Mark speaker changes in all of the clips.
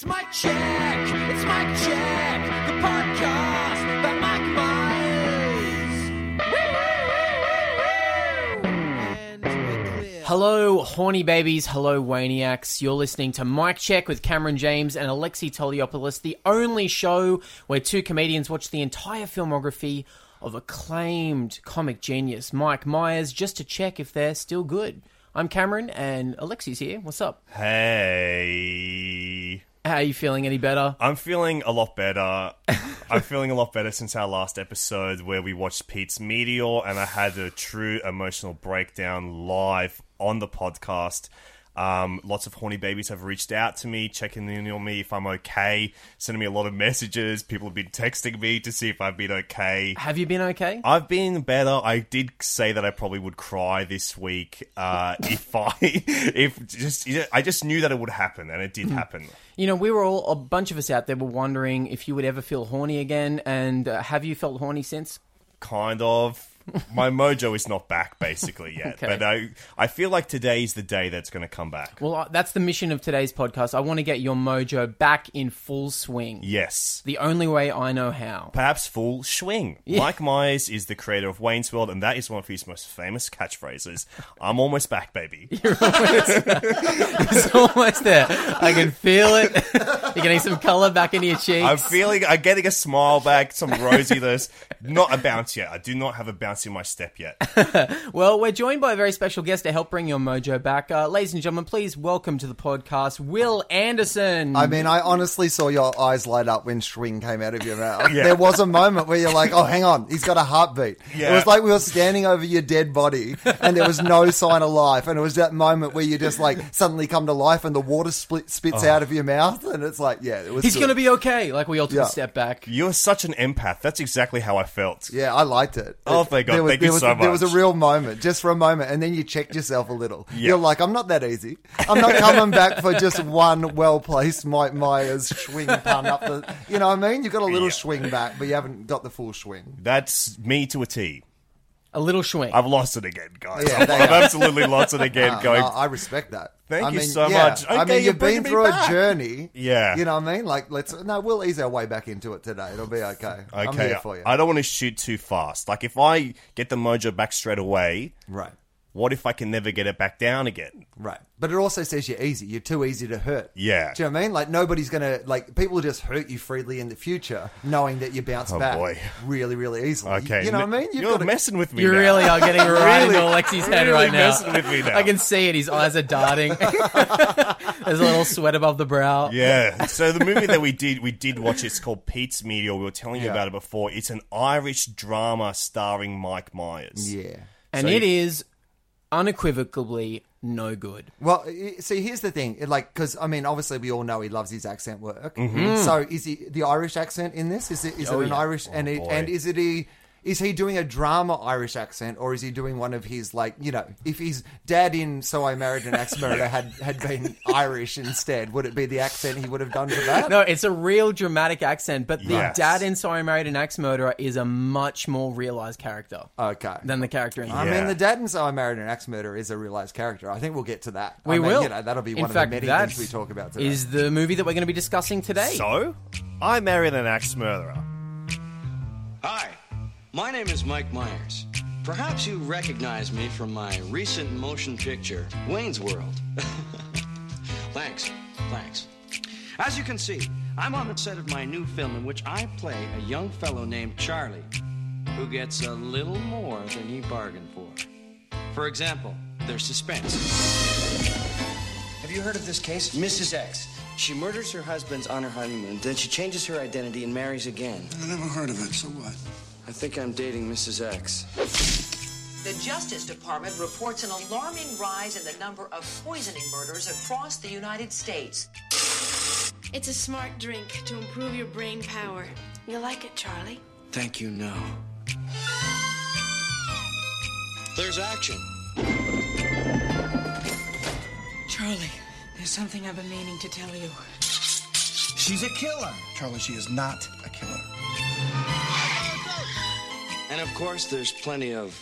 Speaker 1: It's Mike Check. It's Mike Check. The podcast by Mike Myers.
Speaker 2: Hello, horny babies. Hello, waniacs. You're listening to Mike Check with Cameron James and Alexi Toliopoulos, the only show where two comedians watch the entire filmography of acclaimed comic genius Mike Myers just to check if they're still good. I'm Cameron and Alexi's here. What's up?
Speaker 3: Hey.
Speaker 2: How are you feeling any better?
Speaker 3: I'm feeling a lot better. I'm feeling a lot better since our last episode where we watched Pete's Meteor and I had a true emotional breakdown live on the podcast. Um, lots of horny babies have reached out to me, checking in on me if I'm okay, sending me a lot of messages. People have been texting me to see if I've been okay.
Speaker 2: Have you been okay?
Speaker 3: I've been better. I did say that I probably would cry this week uh, if I if just I just knew that it would happen and it did happen.
Speaker 2: You know, we were all, a bunch of us out there were wondering if you would ever feel horny again, and uh, have you felt horny since?
Speaker 3: Kind of. My mojo is not back basically yet,
Speaker 2: Okay.
Speaker 3: but I I feel like today's the day that's going to come back.
Speaker 2: Well, uh, that's the mission of today's podcast. I want to get your mojo back in full swing.
Speaker 3: Yes.
Speaker 2: The only way I know how.
Speaker 3: Perhaps full swing. Mike Myers is the creator of Wayne's World, and that is one of his most famous catchphrases. I'm almost back, baby.
Speaker 2: It's almost there. I can feel it. You're getting some color back into your cheeks.
Speaker 3: I'm feeling, I'm getting a smile back, some rosiness. not a bounce yet. I do not have a bounce in my step yet.
Speaker 2: Well, we're joined by a very special guest to help bring your mojo back. Uh, ladies and gentlemen, please welcome to the podcast Will Anderson.
Speaker 4: I mean, I honestly saw your eyes light up when swing came out of your mouth.
Speaker 3: Yeah.
Speaker 4: There was a moment where you're like, oh, hang on, he's got a heartbeat.
Speaker 3: Yeah.
Speaker 4: It was like we were standing over your dead body and there was no sign of life. And it was that moment where you just like suddenly come to life and the water split, spits out of your mouth. And it's like, yeah, it was.
Speaker 2: He's
Speaker 4: good.
Speaker 2: going to be okay. Like, we all took
Speaker 4: Yeah.
Speaker 2: a step back.
Speaker 3: You're such an empath. That's exactly how I felt.
Speaker 4: Yeah, I liked it.
Speaker 3: Oh, thank God.
Speaker 4: There was,
Speaker 3: Thank you
Speaker 4: there was,
Speaker 3: so
Speaker 4: There was a
Speaker 3: much.
Speaker 4: real moment, just for a moment, and then you checked yourself a little.
Speaker 3: Yeah.
Speaker 4: You're like, I'm not that easy. I'm not coming back for just one well placed Mike Myers swing pun up the. You know what I mean? You've got a little
Speaker 3: Yeah.
Speaker 4: swing back, but you haven't got the full swing.
Speaker 3: That's me to a T.
Speaker 2: A little swing.
Speaker 3: I've lost it again, guys.
Speaker 4: Yeah,
Speaker 3: I've,
Speaker 4: there
Speaker 3: I've
Speaker 4: you are.
Speaker 3: absolutely lost it again.
Speaker 4: Uh,
Speaker 3: going,
Speaker 4: no, I respect that.
Speaker 3: Thank
Speaker 4: I
Speaker 3: you
Speaker 4: mean,
Speaker 3: so
Speaker 4: yeah.
Speaker 3: much.
Speaker 4: I
Speaker 3: Okay,
Speaker 4: mean,
Speaker 3: you're
Speaker 4: you've been
Speaker 3: bringing me
Speaker 4: through
Speaker 3: back.
Speaker 4: a journey.
Speaker 3: Yeah.
Speaker 4: You know what I mean? Like, let's. No, we'll ease our way back into it today. It'll be okay. I'm
Speaker 3: okay,
Speaker 4: here for you.
Speaker 3: I don't want to shoot too fast. Like if I get the mojo back straight away,
Speaker 4: right.
Speaker 3: what if I can never get it back down again?
Speaker 4: Right. But it also says you're easy. You're too easy to hurt.
Speaker 3: Yeah.
Speaker 4: Do you know what I mean? Like, nobody's going to, like, people will just hurt you freely in the future knowing that you bounce
Speaker 3: Oh,
Speaker 4: back
Speaker 3: boy.
Speaker 4: really, really easily.
Speaker 3: Okay,
Speaker 4: You know what I mean?
Speaker 3: You're
Speaker 4: got to-
Speaker 3: messing with me.
Speaker 2: you
Speaker 3: now.
Speaker 2: really are getting right into Alexi's head
Speaker 3: really
Speaker 2: right now.
Speaker 3: messing with me now.
Speaker 2: I can see it. His eyes are darting. There's a little sweat above the brow.
Speaker 3: Yeah. So the movie that we did, we did watch. It's called Pete's Meteor. We were telling you
Speaker 4: Yeah.
Speaker 3: about it before. It's an Irish drama starring Mike Myers.
Speaker 4: Yeah.
Speaker 2: And it is unequivocally no good.
Speaker 4: Well, i- see, here's the thing. It, Like, because, I mean, obviously, we all know he loves his accent work.
Speaker 2: Mm-hmm.
Speaker 4: Mm-hmm. So, is he the Irish accent in this? Is it, is
Speaker 2: Oh,
Speaker 4: it an Irish. and, it,
Speaker 3: boy.
Speaker 4: and is it he. Is he doing a drama Irish accent, or is he doing one of his like you know? If his dad in "So I Married an Axe Murderer" had had been Irish instead, would it be the accent he would have done for that?
Speaker 2: No, it's a real dramatic accent, but the
Speaker 3: Yes.
Speaker 2: dad in Sorry I Married an Axe Murderer is a much more realized character
Speaker 4: Okay.
Speaker 2: than the character in
Speaker 4: I
Speaker 3: Yeah.
Speaker 4: mean, the dad in So I Married an Axe Murderer is a realized character. I think we'll get to that. I
Speaker 2: We
Speaker 4: mean,
Speaker 2: will.
Speaker 4: You know, that'll be
Speaker 2: In
Speaker 4: one
Speaker 2: fact,
Speaker 4: of the many
Speaker 2: that
Speaker 4: things we talk about today.
Speaker 2: Is the movie that we're going to be discussing today?
Speaker 3: So, I married an axe murderer.
Speaker 1: Hi, my name is Mike Myers.
Speaker 5: Perhaps you recognize me from my recent motion picture, Wayne's World. thanks, thanks. As you can see, I'm on the set of my new film in which I play a young fellow named Charlie who gets a little more than he bargained for. For example, there's suspense. Have you heard of this case? Mrs. X. She murders her husband's on her honeymoon, then she changes her identity and marries again.
Speaker 6: I never heard of it, so what?
Speaker 5: I think I'm dating Mrs. X.
Speaker 7: The Justice Department reports an alarming rise in the number of poisoning murders across the United States.
Speaker 8: It's a smart drink to improve your brain power. You like it, Charlie?
Speaker 5: Thank you, no. There's action.
Speaker 8: Charlie, there's something I've been meaning to tell you.
Speaker 6: She's a killer. Charlie, she is not a killer.
Speaker 5: And of course, there's plenty of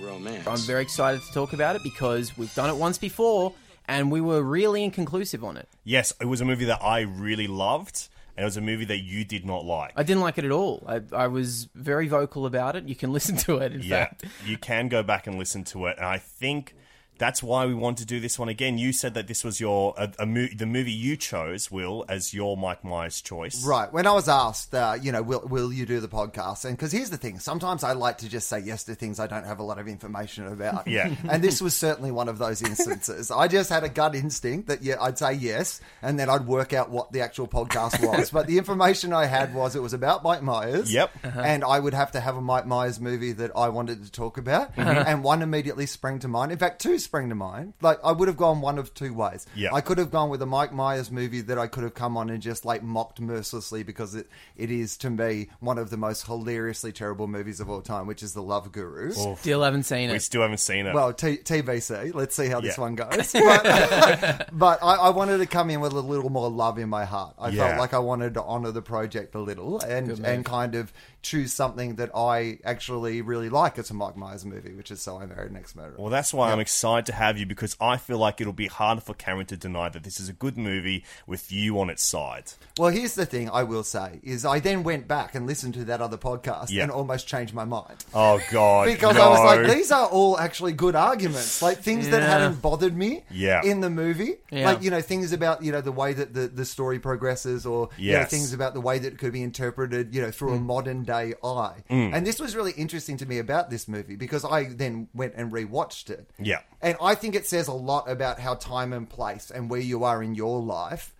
Speaker 5: romance.
Speaker 2: I'm very excited to talk about it because we've done it once before and we were really inconclusive on it.
Speaker 3: Yes, it was a movie that I really loved, and it was a movie that you did not like.
Speaker 2: I didn't like it at all. I, I was very vocal about it. You can listen to it, in
Speaker 3: yeah,
Speaker 2: fact.
Speaker 3: you can go back and listen to it, and I think that's why we want to do this one again. You said that this was your a, a mo- the movie you chose, Will, as your Mike Myers choice.
Speaker 4: Right. When I was asked, uh, you know, will, will you do the podcast? And because here's the thing sometimes I like to just say yes to things I don't have a lot of information about.
Speaker 3: Yeah.
Speaker 4: And this was certainly one of those instances. I just had a gut instinct that yeah, I'd say yes, and then I'd work out what the actual podcast was. but the information I had was it was about Mike Myers.
Speaker 3: Yep.
Speaker 4: And I would have to have a Mike Myers movie that I wanted to talk about. And one immediately sprang to mind. In fact, two sprang to mind. Like, I would have gone one of two ways.
Speaker 3: Yeah.
Speaker 4: I could have gone with a Mike Myers movie that I could have come on and just like mocked mercilessly because it, it is to me one of the most hilariously terrible movies of all time, which is The Love Gurus.
Speaker 2: Still haven't seen
Speaker 3: We
Speaker 2: it.
Speaker 3: still haven't seen it.
Speaker 4: Well, t- TBC. Let's see how this
Speaker 3: Yeah.
Speaker 4: one goes. But, but I, I wanted to come in with a little more love in my heart. I
Speaker 3: Yeah.
Speaker 4: felt like I wanted to honor the project a little and and kind of choose something that I actually really like. It's a Mike Myers movie, which is So I Married an Ex Murderer.
Speaker 3: Well, that's why I'm excited to have you because I feel like it'll be harder for Cameron to deny that this is a good movie with you on its side.
Speaker 4: Well, here's the thing I will say is I then went back and listened to that other podcast
Speaker 3: Yeah.
Speaker 4: and almost changed my mind.
Speaker 3: Oh God!
Speaker 4: because
Speaker 3: no.
Speaker 4: I was like, these are all actually good arguments, like things that
Speaker 2: Yeah.
Speaker 4: hadn't bothered me
Speaker 3: Yeah.
Speaker 4: in the movie,
Speaker 2: Yeah.
Speaker 4: like you know things about you know the way that the, the story progresses, or you know,
Speaker 3: Yes.
Speaker 4: things about the way that it could be interpreted, you know, through a
Speaker 3: Mm.
Speaker 4: modern day eye. And this was really interesting to me about this movie because I then went and rewatched it.
Speaker 3: Yeah.
Speaker 4: and I think it says a lot about how time and place and where you are in your life.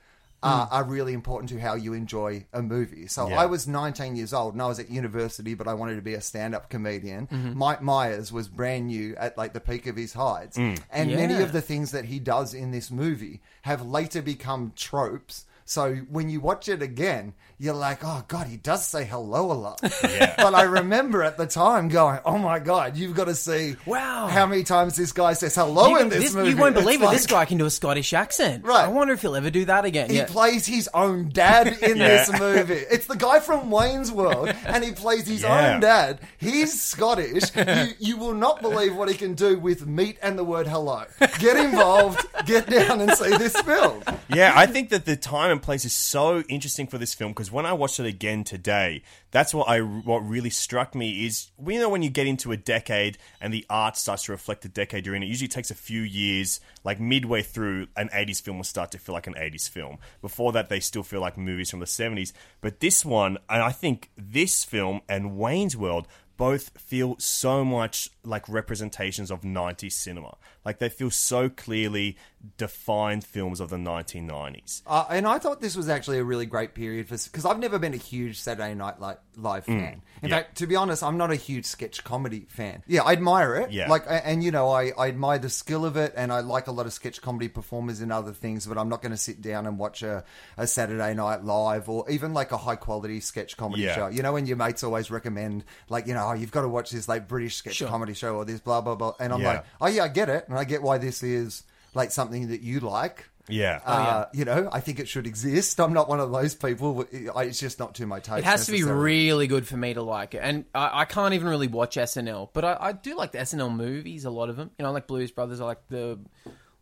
Speaker 4: Uh, are really important to how you enjoy a movie. So
Speaker 3: Mm. Yeah.
Speaker 4: I was 19 years old and I was at university, but I wanted to be a stand up comedian.
Speaker 3: Mm-hmm.
Speaker 4: Mike Myers was brand new at like the peak of his heights.
Speaker 3: Mm.
Speaker 4: And many
Speaker 2: Yeah.
Speaker 4: of the things that he does in this movie have later become tropes. So when you watch it again, you're like, oh God, he does say hello a lot. but I remember at the time going, oh my God, you've got to see
Speaker 2: Wow.
Speaker 4: how many times this guy says hello
Speaker 2: you,
Speaker 4: in Oh, this,
Speaker 2: this-
Speaker 4: movie.
Speaker 2: you won't
Speaker 4: It's
Speaker 2: believe it.
Speaker 4: like-
Speaker 2: This guy can do a Scottish accent.
Speaker 4: Right.
Speaker 2: I wonder if he'll ever do that again.
Speaker 4: he
Speaker 2: Yeah.
Speaker 4: plays his own dad in
Speaker 3: Yeah.
Speaker 4: this movie. It's the guy from Wayne's World, and he plays his
Speaker 3: Yeah.
Speaker 4: own dad. He's Scottish. You, you will not believe what he can do with meat and the word hello. Get involved. get down and see this film.
Speaker 3: yeah, I think that the time and place is so interesting for this film because when I watched it again today, that's what I what really struck me is you know when you get into a decade and the art starts to reflect the decade you're in, it usually takes a few years, like midway through, an 80s film will start to feel like an 80s film. Before that, they still feel like movies from the 70s, but this one, and I think this film and Wayne's World both feel so much like representations of 90s cinema. Like they feel so clearly defined films of the 1990s.
Speaker 4: Uh, and I thought this was actually a really great period for because I've never been a huge Saturday Night Li- Live fan. In
Speaker 3: Mm. yeah.
Speaker 4: fact, to be honest, I'm not a huge sketch comedy fan. Yeah, I admire it.
Speaker 3: Yeah.
Speaker 4: like, a- and you know, I, I admire the skill of it, and I like a lot of sketch comedy performers and other things. But I'm not going to sit down and watch a, a Saturday Night Live or even like a high quality sketch comedy
Speaker 3: Yeah.
Speaker 4: show. You know, when your mates always recommend like, you know, oh, you've got to watch this like British sketch comedy show or this blah blah blah, and I'm
Speaker 3: Yeah.
Speaker 4: like, oh yeah, I get it, and I get why this is like something that you like.
Speaker 3: Yeah.
Speaker 2: Oh,
Speaker 4: Uh, you know, I think it should exist. I'm not one of those people. I- It's just not to my taste.
Speaker 2: It has to be
Speaker 4: necessarily.
Speaker 2: really good for me to like it, and I, I can't even really watch SNL, but I, I do like the SNL movies, a lot of them. You know, I like Blues Brothers, I like the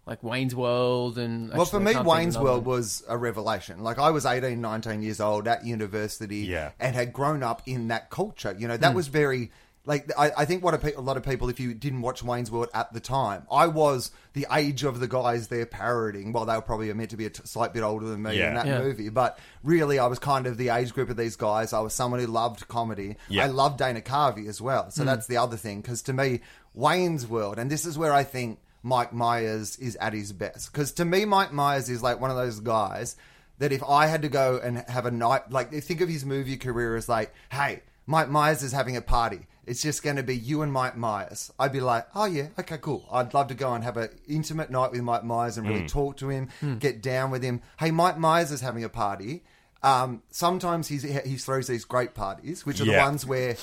Speaker 2: like Wayne's World, and
Speaker 4: Well, for
Speaker 2: actually, I
Speaker 4: me,
Speaker 2: can't think of
Speaker 4: Wayne's
Speaker 2: another
Speaker 4: World
Speaker 2: one.
Speaker 4: was a revelation. Like, I was 18, 19 years old at university
Speaker 3: Yeah.
Speaker 2: Hmm.
Speaker 4: and had grown up in that culture. You know, that was very Like I, I think what a, pe- a lot of people, if you didn't watch Wayne's World at the time, I was the age of the guys they're parodying. Well, they were probably meant to be a t- slight bit older than me
Speaker 3: Yeah.
Speaker 4: in that
Speaker 2: Yeah.
Speaker 4: movie, but really, I was kind of the age group of these guys. I was someone who loved comedy.
Speaker 3: Yeah.
Speaker 4: I loved Dana Carvey as well, so that's the other thing. Because to me, Wayne's World, and this is where I think Mike Myers is at his best. Because to me, Mike Myers is like one of those guys that if I had to go and have a night, like think of his movie career as like, hey, Mike Myers is having a party. It's just going to be you and Mike Myers. I'd be like, oh yeah, okay, cool. I'd love to go and have an intimate night with Mike Myers and
Speaker 3: Mm.
Speaker 4: really talk to him, get down with him. Hey, Mike Myers is having a party. Um, sometimes he's, he throws these great parties, which are
Speaker 3: Yeah.
Speaker 4: the ones where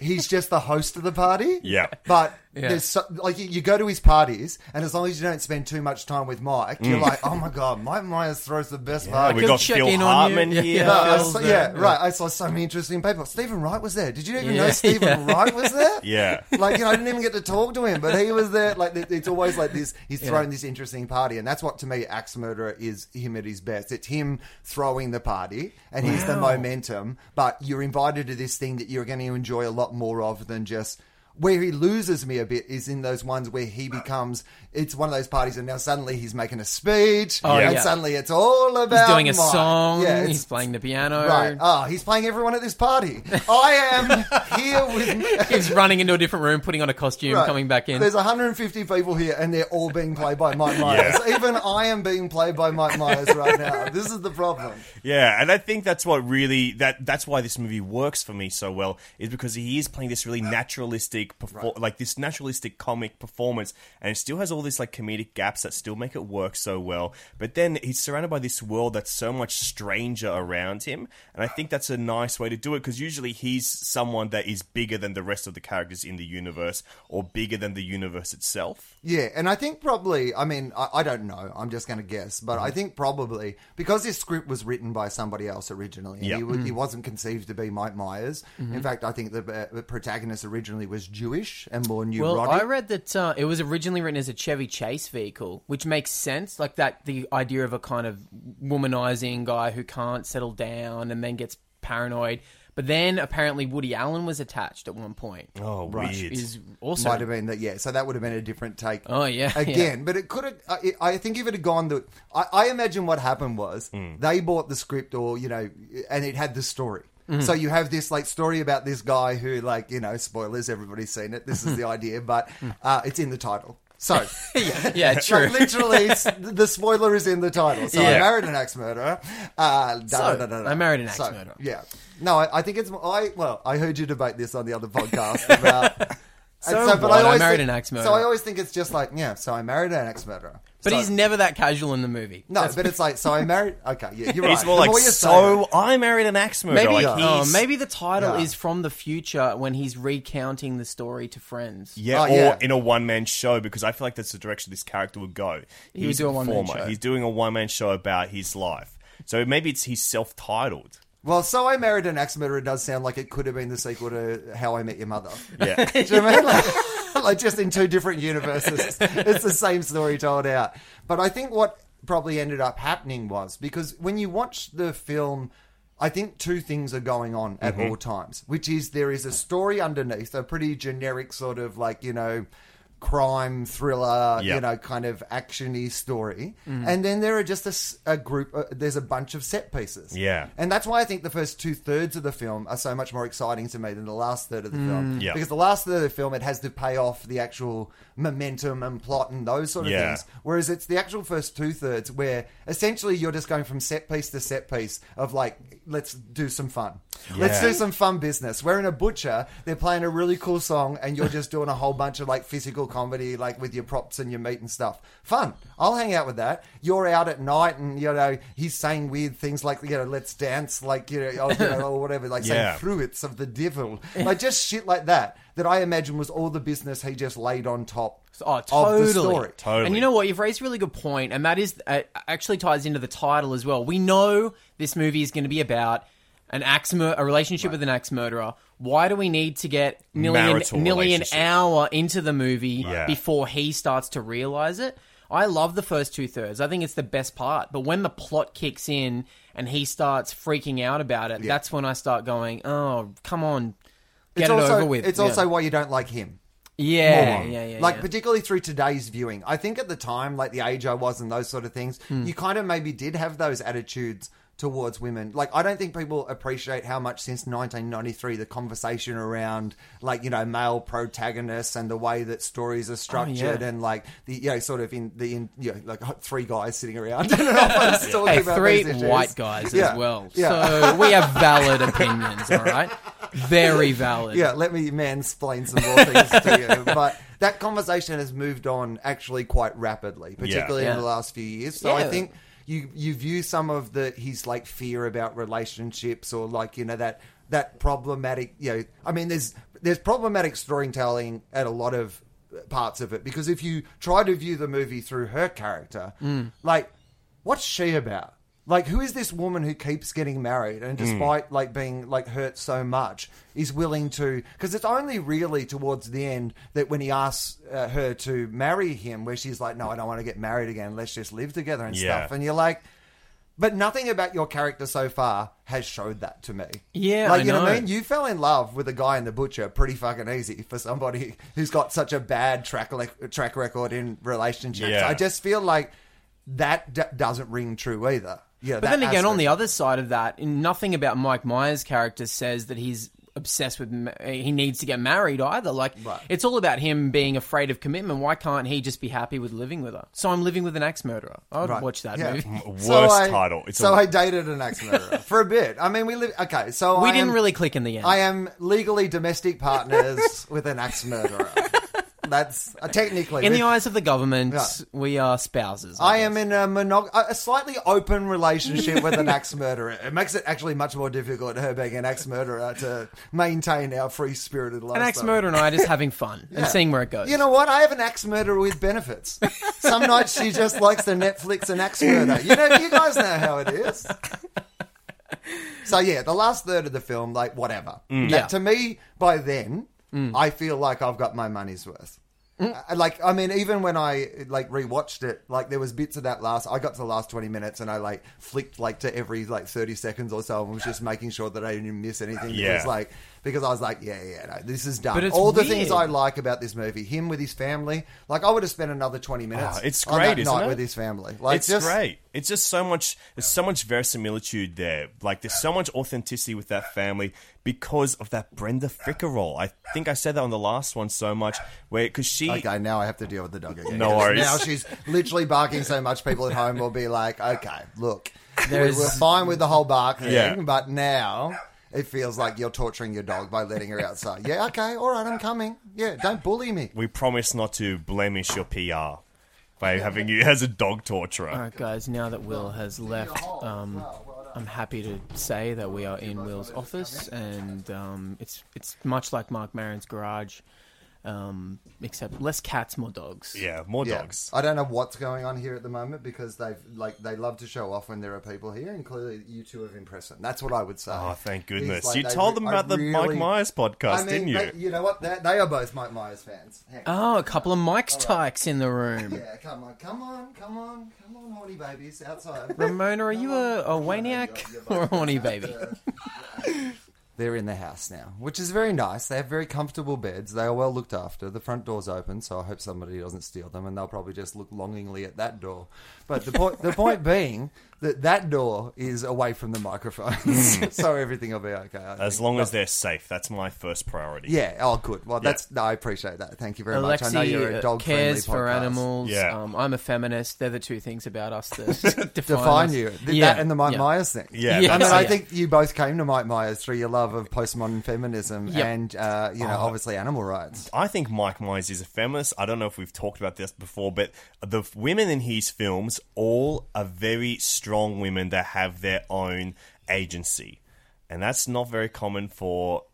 Speaker 4: he's just the host of the party.
Speaker 3: Yeah.
Speaker 4: But there's so, like you, you go to his parties, and as long as you don't spend too much time with Mike, you're like, oh my god, Mike Myers throws the best party.
Speaker 3: Mm. we
Speaker 2: He'll
Speaker 3: got
Speaker 2: check
Speaker 3: Phil
Speaker 2: in on you.
Speaker 3: Hartman
Speaker 2: Yeah,
Speaker 3: here.
Speaker 2: yeah.
Speaker 4: Uh, I
Speaker 2: Phil's
Speaker 4: saw-
Speaker 2: there.
Speaker 4: yeah, right. I saw so many interesting people. Stephen Wright was there. Did you even
Speaker 2: Yeah,
Speaker 4: know Stephen Wright was there?
Speaker 3: Yeah.
Speaker 4: Like, you know, I didn't even get to talk to him, but he was there. Like, it- it's always like this. He's throwing this interesting party, and that's what to me, Axe Murderer is him at his best. It's him throwing the party, and he's the momentum. But you're invited to this thing that you're going to enjoy a lot more of than just. Where he loses me a bit is in those ones where he becomes. It's one of those parties, and now suddenly he's making a speech, and
Speaker 2: Oh, yeah.
Speaker 4: suddenly it's all about
Speaker 2: He's doing a
Speaker 4: Mike.
Speaker 2: song.
Speaker 4: Yeah, it's-
Speaker 2: he's playing the piano.
Speaker 4: Right. Oh, he's playing everyone at this party. I am here with.
Speaker 2: He's running into a different room, putting on a costume,
Speaker 4: Right.
Speaker 2: coming back in.
Speaker 4: There's 150 people here, and they're all being played by Mike Myers. Even I am being played by Mike Myers right now. This is the problem.
Speaker 3: Yeah, and I think that's what really that that's why this movie works for me so well is because he is playing this really naturalistic, perfor- like this naturalistic comic performance, and it still has all these like comedic gaps that still make it work so well. But then he's surrounded by this world that's so much stranger around him, and I think that's a nice way to do it because usually he's someone that is bigger than the rest of the characters in the universe or bigger than the universe itself.
Speaker 4: Yeah, and I think probably, I mean, I, I don't know. I'm just going to guess, but I think probably because this script was written by somebody else originally, and
Speaker 3: Yeah.
Speaker 4: he, wa-
Speaker 2: Mm.
Speaker 4: he wasn't conceived to be Mike Myers.
Speaker 2: Mm-hmm.
Speaker 4: In fact, I think the, uh, the protagonist originally was Jewish and more neurotic.
Speaker 2: well, I read that uh, it was originally written as a Chevy Chase vehicle, which makes sense. Like that, the idea of a kind of womanizing guy who can't settle down and then gets paranoid. But then apparently Woody Allen was attached at one point.
Speaker 3: Oh,
Speaker 2: which
Speaker 3: weird.
Speaker 2: Is also
Speaker 4: might have been that. Yeah, so that would have been a different take.
Speaker 2: Oh, yeah, yeah.
Speaker 4: again. But it could have. I, I think if it had gone the, I, I imagine what happened was they bought the script, or you know, and it had the story.
Speaker 2: Mm-hmm.
Speaker 4: So you have this like story about this guy who, like, you know, spoilers. Everybody's seen it. This is the idea, but
Speaker 2: Hmm.
Speaker 4: uh, it's in the title. So
Speaker 2: yeah, true.
Speaker 4: Like, literally, it's, the spoiler is in the title. So I
Speaker 2: Yeah.
Speaker 4: married an axe murderer. Uh, da,
Speaker 2: So,
Speaker 4: da, da, da,
Speaker 2: I married an axe
Speaker 4: So,
Speaker 2: murderer.
Speaker 4: Yeah. No, I, I think it's I. Well, I heard you debate this on the other podcast about. and
Speaker 2: So what? I
Speaker 4: always
Speaker 2: married
Speaker 4: think-
Speaker 2: an axe
Speaker 4: So I
Speaker 2: murderer.
Speaker 4: always think it's just like yeah. So I married an axe murderer.
Speaker 2: but
Speaker 4: So-
Speaker 2: he's never that casual in the movie.
Speaker 4: no. But it's like so I married. Okay, yeah, you're right.
Speaker 3: He's more
Speaker 4: The
Speaker 3: like
Speaker 4: more you say
Speaker 3: so.
Speaker 4: it-
Speaker 3: I married an axe murderer.
Speaker 2: Maybe,
Speaker 3: like,
Speaker 2: oh,
Speaker 3: he's-
Speaker 2: maybe the title
Speaker 4: Yeah.
Speaker 2: is from the future when he's recounting the story to friends.
Speaker 3: Yeah,
Speaker 4: Oh,
Speaker 3: or
Speaker 4: yeah.
Speaker 3: in a one man show because I feel like that's the direction this character would go.
Speaker 2: would
Speaker 3: He's
Speaker 2: do a one-man
Speaker 3: performer.
Speaker 2: show.
Speaker 3: He's doing a one man show about his life. So maybe it's he's self titled.
Speaker 4: Well, so I married an axe murderer does sound like it could have been the sequel to How I Met Your Mother.
Speaker 3: Yeah.
Speaker 4: Do you know what I mean? Like, like just in two different universes. It's the same story told out. But I think what probably ended up happening was because when you watch the film, I think two things are going on at
Speaker 3: Mm-hmm.
Speaker 4: all times, which is there is a story underneath, a pretty generic sort of like, you know, crime thriller,
Speaker 3: Yeah. Mm-hmm.
Speaker 4: you know, kind of actiony story. And then there are just a s- a, group, uh, there's a bunch of set pieces.
Speaker 3: Yeah.
Speaker 4: And that's why I think the first two thirds of the film are so much more exciting to me than the last third of the film.
Speaker 3: Mm. Yeah.
Speaker 4: Because the last third of the film, it has to pay off the actual momentum and plot and those sort of
Speaker 3: Yeah.
Speaker 4: things. Whereas it's the actual first two thirds where essentially you're just going from set piece to set piece of like, let's do some fun. Let's
Speaker 3: Yeah.
Speaker 4: do some fun business. We're in a butcher, they're playing a really cool song, and you're just doing a whole bunch of like physical comedy, like with your props and your meat and stuff. Fun. I'll hang out with that. You're out at night, and you know, he's saying weird things like, you know, let's dance, like, you know, or, you know, or whatever, like
Speaker 3: Yeah.
Speaker 4: saying fruits of the devil, like just shit like that. That I imagine was all the business he just laid on top
Speaker 2: Oh,
Speaker 4: of
Speaker 2: totally.
Speaker 4: the story.
Speaker 3: Totally.
Speaker 2: And you know what? You've raised a really good point, and that is uh, actually ties into the title as well. We know this movie is going to be about an axe mur- a relationship with an axe murderer. Why do we need to get million
Speaker 3: Marital
Speaker 2: million
Speaker 3: relationship.
Speaker 2: hour into the movie
Speaker 3: Right.
Speaker 2: before he starts to realize it? I love the first two thirds. I think it's the best part. But when the plot kicks in and he starts freaking out about it, that's when I start going, "Oh, come on." Get
Speaker 4: it's
Speaker 2: it
Speaker 4: also,
Speaker 2: over with.
Speaker 4: It's
Speaker 2: yeah.
Speaker 4: also why you don't like him.
Speaker 2: yeah,
Speaker 4: more.
Speaker 2: yeah, yeah,
Speaker 4: like
Speaker 2: yeah.
Speaker 4: particularly through today's viewing. I think at the time, like the age I was and those sort of things,
Speaker 2: Hmm.
Speaker 4: you kind of maybe did have those attitudes towards women. Like I don't think people appreciate how much since 1993 the conversation around like you know male protagonists and the way that stories
Speaker 2: Oh,
Speaker 4: are structured and like the you know sort of in the in you know, like three guys sitting around and often talking
Speaker 2: Hey,
Speaker 4: about
Speaker 2: three
Speaker 4: these issues.
Speaker 2: white guys
Speaker 4: Yeah,
Speaker 2: as well.
Speaker 4: Yeah.
Speaker 2: So we have valid opinions, all right? Very valid.
Speaker 4: Yeah, let me mansplain some more things to you. But that conversation has moved on actually quite rapidly, particularly
Speaker 2: Yeah.
Speaker 4: in the last few years. So I
Speaker 2: Yeah.
Speaker 4: think you you view some of the his like fear about relationships or like you know that that problematic. You know, I mean, there's there's problematic storytelling at a lot of parts of it because if you try to view the movie through her character, like what's she about? Like, who is this woman who keeps getting married and despite like being like hurt so much is willing to? Because it's only really towards the end that when he asks uh, her to marry him, where she's like, "No, I don't want to get married again. Let's just live together and
Speaker 3: Yeah.
Speaker 4: stuff." And you're like. But nothing about your character so far has showed that to me.
Speaker 2: Yeah,
Speaker 4: like
Speaker 2: I
Speaker 4: you know. what I
Speaker 2: know.
Speaker 4: mean. You fell in love with a guy in the butcher pretty fucking easy for somebody who's got such a bad track le- track record in relationships.
Speaker 3: Yeah.
Speaker 4: I just feel like that d- doesn't ring true either. Yeah,
Speaker 2: But then again, on the other side of that, nothing about Mike Myers' character says that he's obsessed with ma- eh, he needs to get married either. Like
Speaker 4: Right.
Speaker 2: it's all about him being afraid of commitment. Why can't he just be happy with living with her? So I'm living with an ex murderer. I would
Speaker 4: Right.
Speaker 2: watch that
Speaker 4: Yeah.
Speaker 2: movie.
Speaker 3: Worst
Speaker 4: So I-
Speaker 3: title. It's
Speaker 4: so
Speaker 3: a-
Speaker 4: I dated an ex murderer for a bit. I mean, we live. Okay, so
Speaker 2: We
Speaker 4: I
Speaker 2: didn't
Speaker 4: am-
Speaker 2: really click in the end.
Speaker 4: I am legally domestic partners with an ex murderer. That's uh, technically
Speaker 2: in
Speaker 4: we-
Speaker 2: the eyes of the government,
Speaker 4: Yeah.
Speaker 2: we are spouses.
Speaker 4: I am in a monog- a a slightly open relationship with an axe murderer. It makes it actually much more difficult her being an axe murderer to maintain our free spirited life.
Speaker 2: an ex murderer and I just having fun and seeing where it goes.
Speaker 4: You know what? I have an axe murderer with benefits. Some nights she just likes the Netflix and axe murder. You know, you guys know how it is. So yeah, the last third of the film, like whatever. That-
Speaker 2: Mm. Yeah. Mm.
Speaker 4: To me, by then, I feel like I've got my money's worth. Uh, Like I mean, even when I like rewatched it, like there was bits of that last. I got to the last twenty minutes and I like flicked like to every like thirty seconds or so, and was just making sure that I didn't miss anything.
Speaker 3: Yeah.
Speaker 4: Because like because I was like, yeah, yeah, no, this is done.
Speaker 2: But it's
Speaker 4: Uh, All the things
Speaker 2: weird.
Speaker 4: I like about this movie, him with his family. Like I would have spent another twenty minutes.
Speaker 3: Oh, it's
Speaker 4: on that
Speaker 3: great, isn't
Speaker 4: night
Speaker 3: it?
Speaker 4: with his family. Like
Speaker 3: it's
Speaker 4: just,
Speaker 3: great. It's just so much. There's so much verisimilitude there. Like there's so much authenticity with that family because of that Brenda Fricker role. I think I said that on the last one so much, where because she.
Speaker 4: Okay, now I have to deal with the dog again.
Speaker 3: No
Speaker 4: Because
Speaker 3: worries.
Speaker 4: Now she's literally barking so much, people at home will be like, okay, look,
Speaker 2: There's-
Speaker 4: we were fine with the whole bark thing,
Speaker 3: Yeah.
Speaker 4: but now it feels like you're torturing your dog by letting her outside. yeah, okay, all right, I'm coming. Yeah, don't bully me.
Speaker 3: We promise not to blemish your PR by having you as a dog torturer.
Speaker 2: All right, guys. Now that Will has left, um, I'm happy to say that we are in Will's office, and um, it's it's much like Mark Maron's garage, um, except less cats, more dogs.
Speaker 3: Yeah, more
Speaker 4: Yeah.
Speaker 3: dogs.
Speaker 4: I don't know what's going on here at the moment because they've like they love to show off when there are people here, and clearly you two have impressed them. That's what I would say.
Speaker 3: Oh, thank
Speaker 4: Is,
Speaker 3: goodness!
Speaker 4: Uh, like,
Speaker 3: you
Speaker 4: they
Speaker 3: told
Speaker 4: re-
Speaker 3: them
Speaker 4: I
Speaker 3: about the Mike
Speaker 4: really-
Speaker 3: Myers podcast,
Speaker 4: I mean,
Speaker 3: didn't you?
Speaker 4: They, you know what? They, they are both Mike Myers fans. Hang on.
Speaker 2: Oh, a couple of Mike's tykes in the room.
Speaker 4: Yeah, come on, come on, come on, come on, horny babies outside.
Speaker 2: Ramona, are you a, a waniac or a horny baby?
Speaker 4: They're in the house now, which is very nice. They have very comfortable beds. They are well looked after. The front door's open, so I hope somebody doesn't steal them, and they'll probably just look longingly at that door. But the point, the point being that that door is away from the
Speaker 2: Mm.
Speaker 4: microphones, so everything will be okay. I
Speaker 3: As
Speaker 4: think.
Speaker 3: long as they're safe, that's my first priority.
Speaker 4: yeah, oh, good. Well, that's no, I appreciate that. Thank you very much. I know you're
Speaker 2: Alexi
Speaker 4: a
Speaker 2: uh,
Speaker 4: dog friendly
Speaker 2: cares for animals.
Speaker 3: Yeah.
Speaker 2: Um, I'm a feminist. They're the two things about us that define,
Speaker 4: define
Speaker 2: us.
Speaker 4: you. Th-
Speaker 2: Yeah,
Speaker 4: That and the Mike
Speaker 2: yeah.
Speaker 4: Myers thing.
Speaker 3: Yeah,
Speaker 2: Yeah.
Speaker 4: I mean, I
Speaker 2: Yeah.
Speaker 4: think you both came to Mike Myers through your love of postmodern feminism
Speaker 2: Yep. Uh-huh.
Speaker 4: and, uh, you know, obviously animal rights.
Speaker 3: I think Mike Myers is a feminist. I don't know if we've talked about this before, but the f- women in his films all are very strong women that have their own agency. And that's not very common for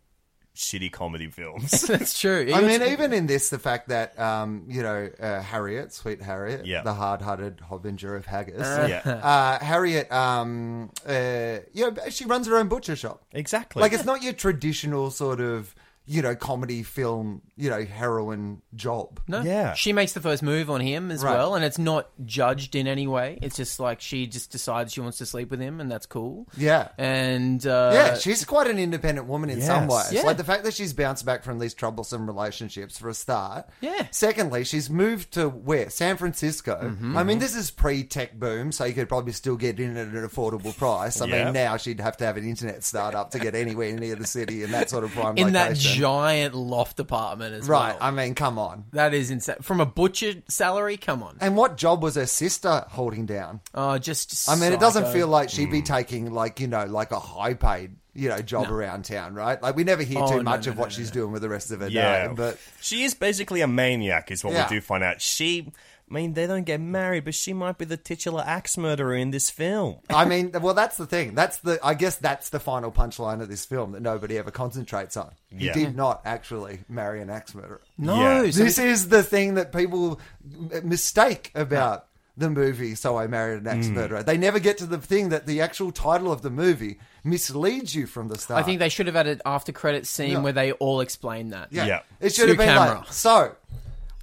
Speaker 3: shitty comedy films.
Speaker 2: That's true.
Speaker 4: I mean, even in this, the fact that, um, you know, uh, Harriet, sweet Harriet,
Speaker 3: Yeah.
Speaker 4: the hard hearted hobbinger of haggis.
Speaker 3: yeah.
Speaker 4: Uh, Harriet, um, uh, you know, she runs her own butcher shop.
Speaker 3: Exactly.
Speaker 4: Like, it's not your traditional sort of. you know, comedy film, you know, heroine job.
Speaker 2: No.
Speaker 3: Yeah.
Speaker 2: She makes the first move on him as
Speaker 4: Right.
Speaker 2: well, and it's not judged in any way. It's just like she just decides she wants to sleep with him, and that's cool.
Speaker 4: Yeah.
Speaker 2: And uh,
Speaker 4: Yeah, she's quite an independent woman in some
Speaker 3: Yes.
Speaker 4: ways.
Speaker 2: Yeah.
Speaker 4: Like the fact that she's bounced back from these troublesome relationships for a start.
Speaker 2: Yeah.
Speaker 4: Secondly, she's moved to where? San Francisco.
Speaker 2: Mm-hmm,
Speaker 4: I mean, this is pre tech boom, so you could probably still get in at an affordable price. I
Speaker 3: Yeah.
Speaker 4: mean, now she'd have to have an internet startup to get anywhere near the city in that sort of prime
Speaker 2: in that
Speaker 4: location.
Speaker 2: giant loft apartment as
Speaker 4: right.
Speaker 2: well.
Speaker 4: I mean, come on.
Speaker 2: that is insane. From a butcher salary, come on.
Speaker 4: And what job was her sister holding down?
Speaker 2: Oh, just.
Speaker 4: I mean, it doesn't
Speaker 2: psycho.
Speaker 4: feel like she'd
Speaker 3: Mm.
Speaker 4: be taking like you know like a high paid you know job around town, right? Like we never hear
Speaker 2: Oh, no,
Speaker 4: too much
Speaker 2: no,
Speaker 4: of
Speaker 2: no,
Speaker 4: what
Speaker 2: no,
Speaker 4: she's
Speaker 2: no.
Speaker 4: doing with the rest of her
Speaker 3: Yeah,
Speaker 4: day, but
Speaker 3: she is basically a maniac, is what
Speaker 4: Yeah.
Speaker 3: we do find out. She, I mean, they don't get married, but she might be the titular axe murderer in this film.
Speaker 4: I mean, well, that's the thing. That's the I guess that's the final punchline of this film that nobody ever concentrates on. He
Speaker 3: Yeah.
Speaker 4: did not actually marry an axe murderer.
Speaker 2: No,
Speaker 3: Yeah.
Speaker 2: so
Speaker 4: this is the thing that people m- mistake about the movie so i married an axe
Speaker 3: Mm.
Speaker 4: murderer they never get to the thing that the actual title of the movie misleads you from the start
Speaker 2: I think they should have added after credit scene
Speaker 4: Yeah.
Speaker 2: where they all explain that.
Speaker 4: Yeah.
Speaker 3: Yeah.
Speaker 4: It should have
Speaker 2: To
Speaker 4: been
Speaker 2: camera.
Speaker 4: like so.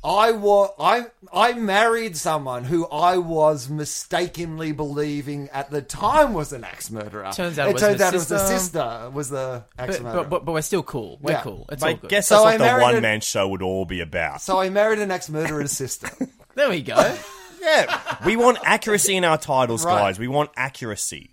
Speaker 4: I was I I married someone who I was mistakenly believing at the time was an axe murderer.
Speaker 2: Turns out it was
Speaker 4: turns
Speaker 2: the
Speaker 4: out it was the
Speaker 2: sister.
Speaker 4: sister was the axe
Speaker 2: But,
Speaker 4: murderer.
Speaker 2: but, but, but we're still cool. We're
Speaker 4: Yeah.
Speaker 2: cool. It's
Speaker 3: I
Speaker 2: all good.
Speaker 3: guess
Speaker 4: So
Speaker 3: that's
Speaker 4: I
Speaker 3: what
Speaker 4: married
Speaker 3: the
Speaker 4: a-
Speaker 3: one man show would all be about.
Speaker 4: so I married an axe murderer's sister.
Speaker 2: there we go.
Speaker 3: yeah, we want accuracy in our titles,
Speaker 4: Right.
Speaker 3: guys. We want accuracy.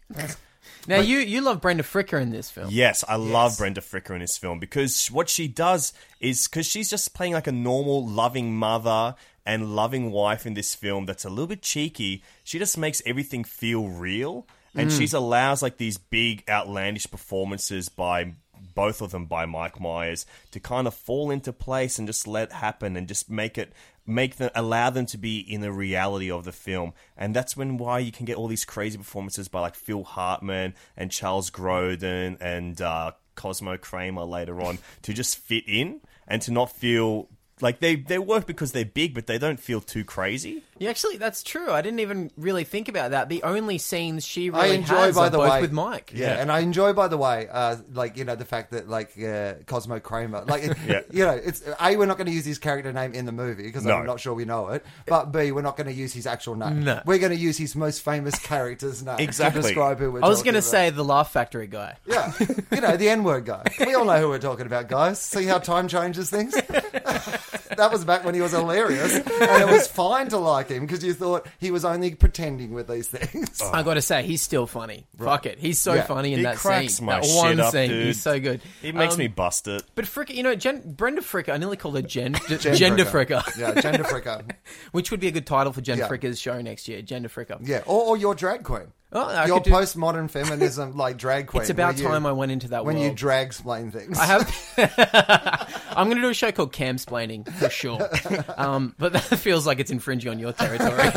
Speaker 2: now you you love Brenda Fricker in this film.
Speaker 3: Yes, I love Brenda Fricker in this film because what she does is because she's just playing like a normal, loving mother and loving wife in this film that's a little bit cheeky. She just makes everything feel real and she's allows like these big, outlandish performances by both of them by Mike Myers to kind of fall into place and just let happen and just make it make them allow them to be in the reality of the film and that's when why you can get all these crazy performances by like Phil Hartman and Charles Grodin and uh, Cosmo Kramer later on to just fit in and to not feel like they they work because they're big but they don't feel too crazy
Speaker 2: Yeah, actually, that's true. I didn't even really think about that. The only scenes she
Speaker 4: I
Speaker 2: really
Speaker 4: enjoy,
Speaker 2: has
Speaker 4: by
Speaker 2: are
Speaker 4: the
Speaker 2: both
Speaker 4: way,
Speaker 2: with Mike.
Speaker 4: Yeah, and I enjoy, by the way, uh, like you know the fact that like uh, Cosmo Kramer, like it-
Speaker 3: Yeah.
Speaker 4: you know, it's a we're not going to use his character name in the movie because
Speaker 3: No.
Speaker 4: I'm not sure we know it, but b we're not going to use his actual name.
Speaker 2: No.
Speaker 4: We're going to use his most famous character's name
Speaker 3: Exactly.
Speaker 4: to describe who we're.
Speaker 2: I was
Speaker 4: talking
Speaker 2: going to
Speaker 4: about.
Speaker 2: say the Laugh Factory guy.
Speaker 4: yeah, you know the N word guy. We all know who we're talking about, guys. See how time changes things. that was back when he was hilarious, and it was fine to like him because you thought he was only pretending with these things.
Speaker 3: Oh,
Speaker 2: I got to say, he's still funny. Fuck it, he's so
Speaker 4: Yeah.
Speaker 2: funny in
Speaker 3: He
Speaker 2: that
Speaker 3: cracks
Speaker 2: scene.
Speaker 3: my
Speaker 2: that
Speaker 3: shit
Speaker 2: one
Speaker 3: up,
Speaker 2: scene,
Speaker 3: dude.
Speaker 2: he's so good.
Speaker 3: it makes
Speaker 2: Um,
Speaker 3: me bust it
Speaker 2: But Fricker, you know, Jen, Brenda Fricker. I nearly called her Jen,
Speaker 4: Gender
Speaker 2: Gender
Speaker 4: fricker.
Speaker 2: Fricker,
Speaker 4: Yeah, gender fricker.
Speaker 2: which would be a good title for Jen
Speaker 4: Yeah.
Speaker 2: Fricker's show next year. Gender Fricker.
Speaker 4: Yeah, or, or your drag queen.
Speaker 2: Oh, I
Speaker 4: your
Speaker 2: could do-
Speaker 4: postmodern feminism, like drag queen.
Speaker 2: It's about
Speaker 4: where you-
Speaker 2: time I went into that
Speaker 4: when
Speaker 2: world.
Speaker 4: you drag explain things.
Speaker 2: I have. I'm going to do a show called Cam Splaining for sure, um, but that feels like it's infringing on your territory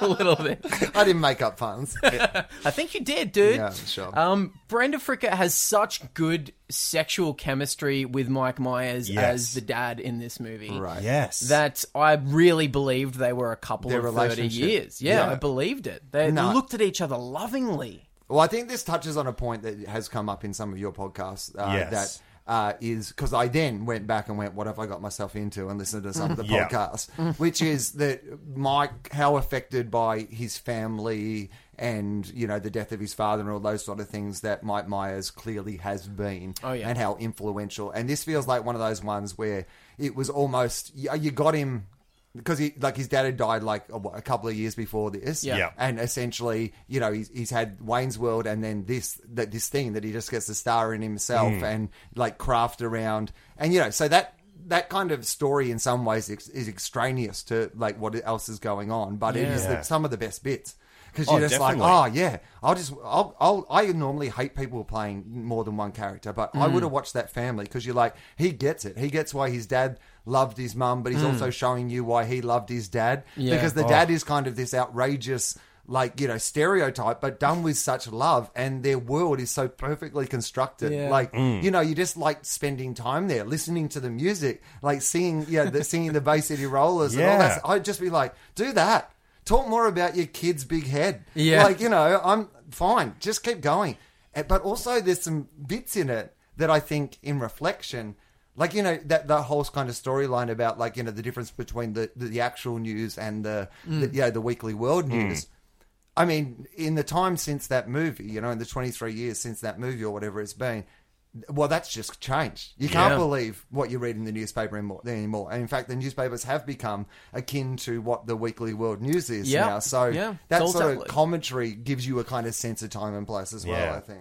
Speaker 2: a little bit.
Speaker 4: I didn't make up puns.
Speaker 2: I think you did, dude.
Speaker 4: Yeah, sure.
Speaker 2: Um, Brenda Fricker has such good sexual chemistry with Mike Myers
Speaker 3: Yes.
Speaker 2: as the dad in this movie.
Speaker 4: Right.
Speaker 3: yes
Speaker 2: That I really believed they were a couple
Speaker 4: Their
Speaker 2: of 30
Speaker 4: relationship.
Speaker 2: years. Yeah,
Speaker 4: Yeah.
Speaker 2: I believed it. They
Speaker 4: No.
Speaker 2: looked at each other lovingly.
Speaker 4: Well, I think this touches on a point that has come up in some of your podcasts. Uh,
Speaker 3: Yes.
Speaker 4: That. Uh, is because I then went back and went, what have I got myself into, and listened to some of the
Speaker 3: Yeah.
Speaker 4: podcasts, which is that Mike, how affected by his family and you know the death of his father and all those sort of things that Mike Myers clearly has been,
Speaker 2: Oh, yeah.
Speaker 4: and how influential. And this feels like one of those ones where it was almost you, you got him because he like his dad had died like a, what, a couple of years before this,
Speaker 2: Yeah.
Speaker 3: Yeah.
Speaker 4: and essentially, you know, he's, he's had Wayne's World and then this that this thing that he just gets to star in himself
Speaker 3: Mm.
Speaker 4: and like craft around, and you know, so that that kind of story in some ways is, is extraneous to like what else is going on, but it is
Speaker 3: Yeah.
Speaker 4: the, some of the best bits. Because
Speaker 3: Oh,
Speaker 4: you're just
Speaker 3: definitely.
Speaker 4: like, oh yeah, I'll just, I'll, I'll, I normally hate people playing more than one character, but
Speaker 3: Mm.
Speaker 4: I would have watched that family because you're like, he gets it, he gets why his dad loved his mum, but
Speaker 3: Mm.
Speaker 4: he's also showing you why he loved his dad
Speaker 2: Yeah.
Speaker 4: because the dad is kind of this outrageous like you know stereotype but done with such love and their world is so perfectly constructed
Speaker 2: Yeah.
Speaker 4: like you know you just like spending time there listening to the music like seeing yeah the singing the bay city rollers and all
Speaker 3: Yeah.
Speaker 4: that i'd just be like do that talk more about your kid's big head
Speaker 2: Yeah.
Speaker 4: like you know i'm fine Eh, just keep going Uh, but also there's some bits in it that i think in reflection Like you know that the whole kind of storyline about like you know the difference between the the, the actual news and the, the you know the Weekly World News. I mean, in the time since that movie, you know, in the 23 years since that movie or whatever it's been, well, that's just changed. You can't
Speaker 2: Yeah.
Speaker 4: believe what you read in the newspaper anymore. anymore. And in fact, the newspapers have become akin to what the Weekly World News is
Speaker 2: Yeah.
Speaker 4: now. So
Speaker 2: Yeah.
Speaker 4: that
Speaker 2: It's
Speaker 4: sort
Speaker 2: all-
Speaker 4: of commentary gives you a kind of sense of time and place as well,
Speaker 3: Yeah.
Speaker 4: I think.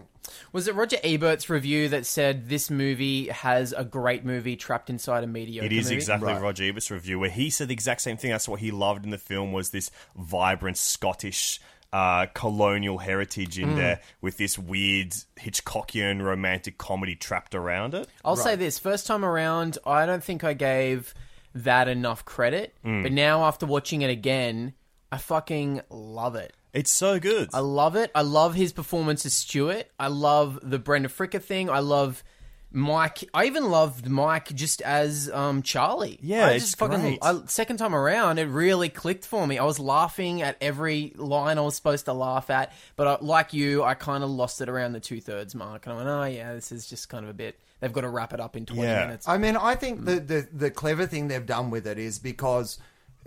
Speaker 2: Was it Roger Ebert's review that said this movie has a great movie trapped inside a mediocre
Speaker 3: It is
Speaker 2: movie?
Speaker 3: exactly
Speaker 4: Right.
Speaker 3: Roger Ebert's review where he said the exact same thing. That's what he loved in the film was this vibrant Scottish uh, colonial heritage
Speaker 4: Mm.
Speaker 3: in there with this weird Hitchcockian romantic comedy trapped around it.
Speaker 2: I'll say this first time around, I don't think I gave that enough credit,
Speaker 4: Mm.
Speaker 2: but now after watching it again, I fucking love it.
Speaker 3: It's so good.
Speaker 2: I love it. I love his performance as Stewart. I love the Brenda Fricker thing. I love Mike. I even loved Mike just as um, Charlie.
Speaker 3: Yeah,
Speaker 2: I
Speaker 3: it's
Speaker 2: just fucking.
Speaker 3: great.
Speaker 2: I, second time around, it really clicked for me. I was laughing at every line I was supposed to laugh at, but I, like you, I kind of lost it around the two thirds mark, and I went, "Oh yeah, this is just kind of a bit." They've got to wrap it up in twenty
Speaker 3: Yeah.
Speaker 2: minutes.
Speaker 4: I mean, I think the, the the clever thing they've done with it is because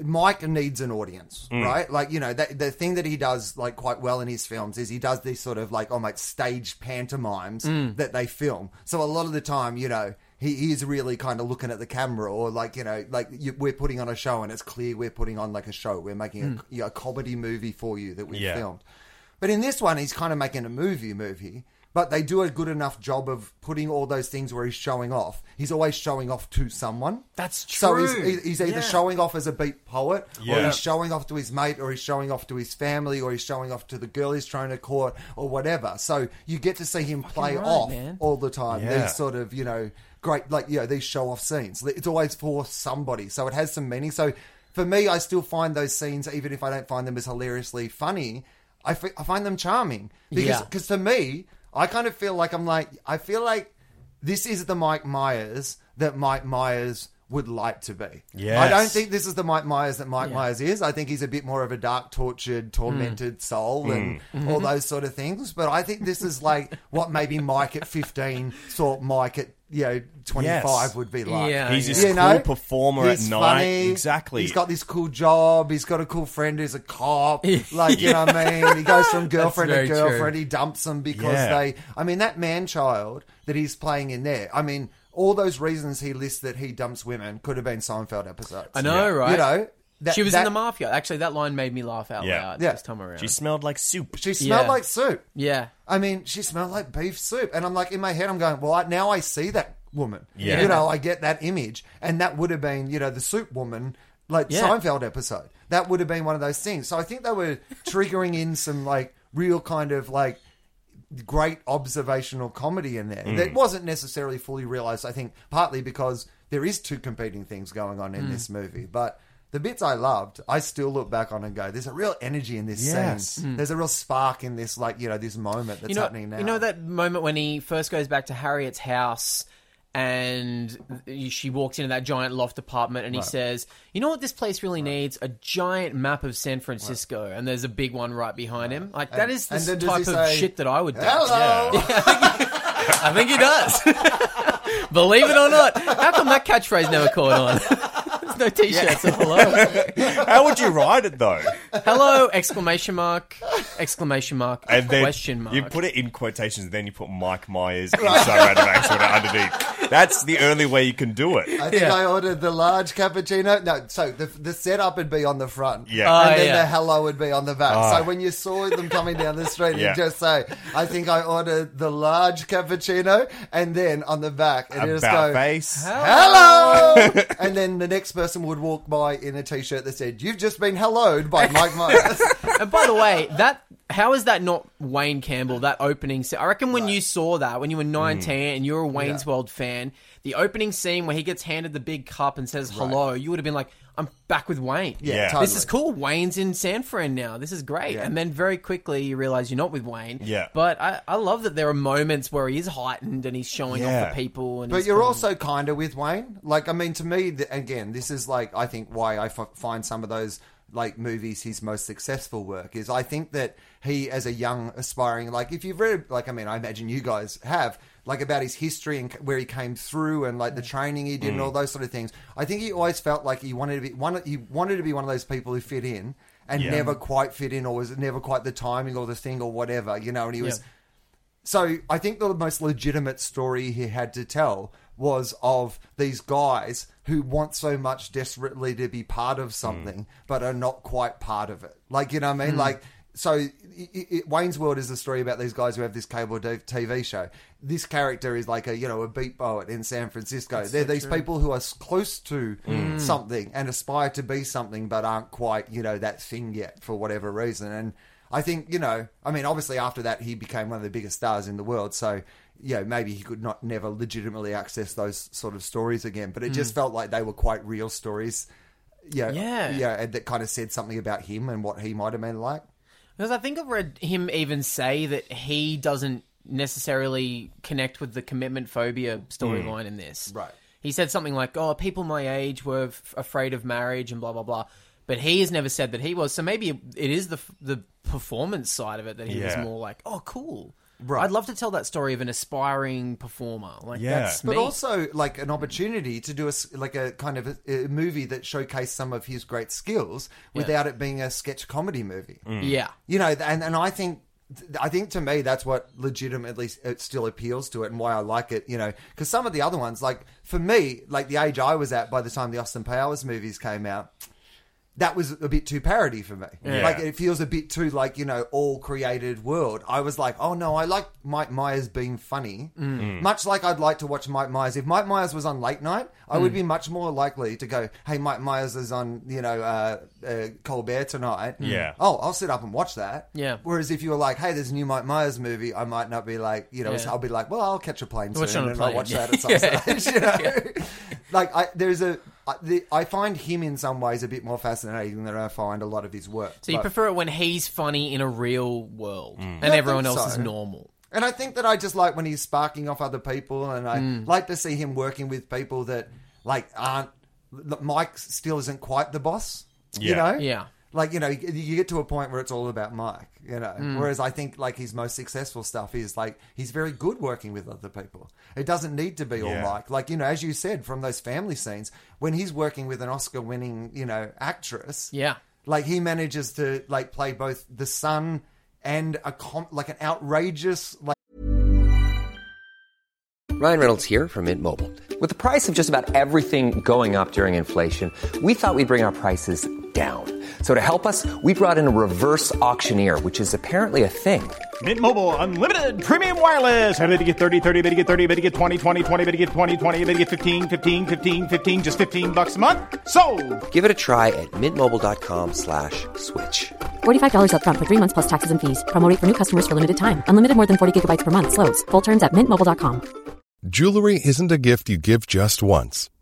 Speaker 4: Mike needs an audience, right? Like you know, that, the thing that he does like quite well in his films is he does these sort of like almost stage pantomimes that they film. So a lot of the time, you know. He is really kind of looking at the camera, or like you know, like you, we're putting on a show, and it's clear we're putting on like a show. We're making a, you know, a comedy movie for you that we
Speaker 3: Yeah.
Speaker 4: filmed. But in this one, he's kind of making a movie movie. But they do a good enough job of putting all those things where he's showing off. He's always showing off to someone.
Speaker 2: That's
Speaker 4: So
Speaker 2: true.
Speaker 4: he's, he's either
Speaker 2: Yeah.
Speaker 4: showing off as a beat poet, or
Speaker 3: Yeah.
Speaker 4: he's showing off to his mate, or he's showing off to his family, or he's showing off to the girl he's trying to court, or whatever. So you get to see him play
Speaker 2: right,
Speaker 4: off
Speaker 2: man.
Speaker 4: all the time.
Speaker 3: Yeah.
Speaker 4: These sort of, you know, great, like, you know, these show off scenes. It's always for somebody. So it has some meaning. So for me, I still find those scenes, even if I don't find them as hilariously funny, I fi- I find them charming. Because
Speaker 2: Yeah.
Speaker 4: cause to me, I kind of feel like I'm like, I feel like this is the Mike Myers that Mike Myers would like to be.
Speaker 3: Yes.
Speaker 4: I don't think this is the Mike Myers that Mike Myers is. I think he's a bit more of a dark, tortured,
Speaker 2: Mm.
Speaker 4: tormented soul and all
Speaker 2: Mm-hmm.
Speaker 4: those sort of things. But I think this is like what maybe Mike at 15 thought Mike at, you know, 25
Speaker 3: Yes.
Speaker 4: would be like.
Speaker 2: Yeah,
Speaker 3: He's
Speaker 2: yeah.
Speaker 3: this
Speaker 4: You
Speaker 3: cool
Speaker 4: know?
Speaker 3: performer at
Speaker 4: He's
Speaker 3: night.
Speaker 4: funny.
Speaker 3: Exactly.
Speaker 4: He's got this cool job. He's got a cool friend who's a cop. Like, you know what I mean? He goes from girlfriend to
Speaker 2: very true.
Speaker 4: girlfriend. He dumps them because
Speaker 3: Yeah.
Speaker 4: they. I mean, that man child that he's playing in there. I mean, all those reasons he lists that he dumps women could have been Seinfeld episodes.
Speaker 2: I know, right?
Speaker 4: You know, that-
Speaker 2: she was in
Speaker 4: that-
Speaker 2: the mafia. Actually, that line made me laugh out
Speaker 3: Yeah.
Speaker 2: loud
Speaker 4: Yeah.
Speaker 2: this time around.
Speaker 3: she smelled like soup.
Speaker 4: She smelled
Speaker 2: Yeah.
Speaker 4: like soup.
Speaker 2: yeah,
Speaker 4: I mean, she smelled like beef soup. And I'm like, in my head, I'm going, well, I, now I see that woman.
Speaker 3: Yeah.
Speaker 4: You know, I get that image. And that would have been, you know, the soup woman, like
Speaker 2: Yeah.
Speaker 4: Seinfeld episode. That would have been one of those things. So I think they were triggering in some, like, real kind of, like, great observational comedy in there
Speaker 3: Mm.
Speaker 4: that wasn't necessarily fully realized, I think, partly because there is two competing things going on
Speaker 3: Mm.
Speaker 4: in this movie. But. The bits I loved, I still look back on and go, there's a real energy in this
Speaker 3: Yes. Mm.
Speaker 4: scene. There's a real spark in this, like, you know, this moment that's
Speaker 2: you know,
Speaker 4: happening now.
Speaker 2: You know that moment when he first goes back to Harriet's house and she walks into that giant loft apartment and he says, You know what this place really needs? A giant map of San Francisco. And there's a big one right behind him. Like, that is
Speaker 4: and
Speaker 2: the
Speaker 4: then does
Speaker 2: type
Speaker 4: he
Speaker 2: of
Speaker 4: say,
Speaker 2: shit that I would do.
Speaker 4: Hello.
Speaker 2: I think he does. Believe it or not. How come that catchphrase never caught on? There's no t shirts of hello.
Speaker 3: How would you write it though?
Speaker 2: Hello, exclamation mark, exclamation mark,
Speaker 3: And then
Speaker 2: question mark.
Speaker 3: you put it in quotations, and then you put Mike Myers inside random acts underneath. That's the only way you can do it.
Speaker 4: I think
Speaker 2: Yeah.
Speaker 4: I ordered the large cappuccino. No, so the, the setup would be on the front.
Speaker 3: Yeah. Oh.
Speaker 2: Oh,
Speaker 4: and then
Speaker 2: yeah.
Speaker 4: the hello would be on the back. So when you saw them coming down the street,
Speaker 3: Yeah.
Speaker 4: you'd just say, I think I ordered the large cappuccino. And then on the back, and you just
Speaker 3: About
Speaker 4: go,
Speaker 3: face.
Speaker 4: hello. and then the next person would walk by in a t shirt that said, You've just been helloed by Mike Myers.
Speaker 2: And by the way, that how is that not Wayne Campbell? That opening scene. I reckon when you saw that when you were nineteen
Speaker 3: Mm.
Speaker 2: and you were a Wayne's World fan, the opening scene where he gets handed the big cup and says hello, you would have been like, "I'm back with Wayne.
Speaker 3: Yeah.
Speaker 4: totally.
Speaker 2: this is cool. Wayne's in San Fran now. This is great." And then very quickly you realize you're not with Wayne.
Speaker 3: Yeah.
Speaker 2: But I, I love that there are moments where he is heightened and he's showing
Speaker 3: Yeah.
Speaker 2: off to people. And
Speaker 4: But
Speaker 2: he's
Speaker 4: you're
Speaker 2: kind of-
Speaker 4: also kind of with Wayne. Like, I mean, to me, th- again, this is like, I think why I f- find some of those like movies his most successful work is I think that he, as a young aspiring, like, if you've read, like, I mean, I imagine you guys have like about his history and c- where he came through and like the training he did and all those sort of things. I think he always felt like he wanted to be one. He wanted to be one of those people who fit in and
Speaker 3: Yeah.
Speaker 4: never quite fit in, or was never quite the timing or the thing or whatever, you know. And he was. So I think the most legitimate story he had to tell was of these guys who want so much desperately to be part of something but are not quite part of it. Like you know what I mean? Like so i i i Wayne's World is a story about these guys who have this cable d- TV show. This character is like a you know a beat poet in San Francisco. They're these people who are s- close to something and aspire to be something but aren't quite you know that thing yet for whatever reason. And I think you know. I mean, obviously after that he became one of the biggest stars in the world. So you know maybe he could not never legitimately access those sort of stories again. But it just felt like they were quite real stories. Yeah,
Speaker 2: Mm. Yeah.
Speaker 4: yeah, and that kind of said something about him and what he might have been like.
Speaker 2: Because I think I've read him even say that he doesn't necessarily connect with the commitment phobia storyline in this.
Speaker 4: Hmm. Right.
Speaker 2: He said something like, "Oh, people my age were f- afraid of marriage and blah blah blah," but he has never said that he was. So maybe it is the f- the performance side of it that he was
Speaker 3: Yeah.
Speaker 2: more like, "Oh, cool."
Speaker 4: Right.
Speaker 2: I'd love to tell that story of an aspiring performer. Like
Speaker 3: Yeah.
Speaker 2: that's
Speaker 4: But
Speaker 2: me.
Speaker 4: also, like an opportunity to do a s- like a kind of a, a movie that showcased some of his great skills without it being a sketch comedy movie.
Speaker 2: yeah.
Speaker 4: You know, th- and and I think. th- I think to me that's what legitimately s- it still appeals to it and why I like it, you know, because some of the other ones, like for me, like the age I was at by the time the Austin Powers movies came out, that was a bit too parody for me. Like it feels a bit too like you know all created world. I was like, oh no, I like Mike Myers being funny. Much like I'd like to watch Mike Myers. If Mike Myers was on late night, I would be much more likely to go, hey, Mike Myers is on you know uh, uh, Colbert tonight.
Speaker 3: Yeah.
Speaker 4: Oh, I'll sit up and watch that.
Speaker 2: Yeah.
Speaker 4: Whereas if you were like, hey, there's a new Mike Myers movie, I might not be like, you know,
Speaker 2: Yeah.
Speaker 4: I'll be like, well, I'll catch a plane
Speaker 2: Watch
Speaker 4: soon
Speaker 2: it on a
Speaker 4: and I'll
Speaker 2: plane.
Speaker 4: watch that at some stage. You know, like I, there's a. I, the, I find him in some ways a bit more fascinating than I find a lot of his work.
Speaker 2: So you
Speaker 4: But- Hmm.
Speaker 2: prefer it when he's funny in a real world and
Speaker 4: I
Speaker 2: everyone
Speaker 4: think
Speaker 2: else is
Speaker 4: so.
Speaker 2: normal.
Speaker 4: and I think that I just like when he's sparking off other people, and I
Speaker 2: Mm.
Speaker 4: like to see him working with people that like aren't. that Mike still isn't quite the boss. You
Speaker 3: Yeah.
Speaker 4: know.
Speaker 2: Yeah.
Speaker 4: Like you know, you you get to a point where it's all about Mike, you know.
Speaker 3: Hmm.
Speaker 4: Whereas I think like his most successful stuff is like he's very good working with other people. It doesn't need to be all
Speaker 3: Yeah.
Speaker 4: Mike. Like you know, as you said from those family scenes, when he's working with an Oscar-winning you know actress,
Speaker 2: Yeah.
Speaker 4: like he manages to like play both the son and a com- like an outrageous like
Speaker 9: Ryan Reynolds here from Mint Mobile. With the price of just about everything going up during inflation, we thought we'd bring our prices down. So to help us, we brought in a reverse auctioneer, which is apparently a thing.
Speaker 6: Mint Mobile unlimited premium wireless. Ready to get 30, 30, bet you get 30, bet you get 20, 20, 20, bet you get 20, 20, bet you get 15, 15, 15, 15 just 15 bucks a month. So,
Speaker 9: Give it a try at mintmobile.com slash switch.
Speaker 10: $45 upfront for three months plus taxes and fees. Promoting for new customers for limited time. Unlimited more than 40 gigabytes per month. Slows. Full terms at mintmobile.com.
Speaker 1: Jewelry isn't a gift you give just once.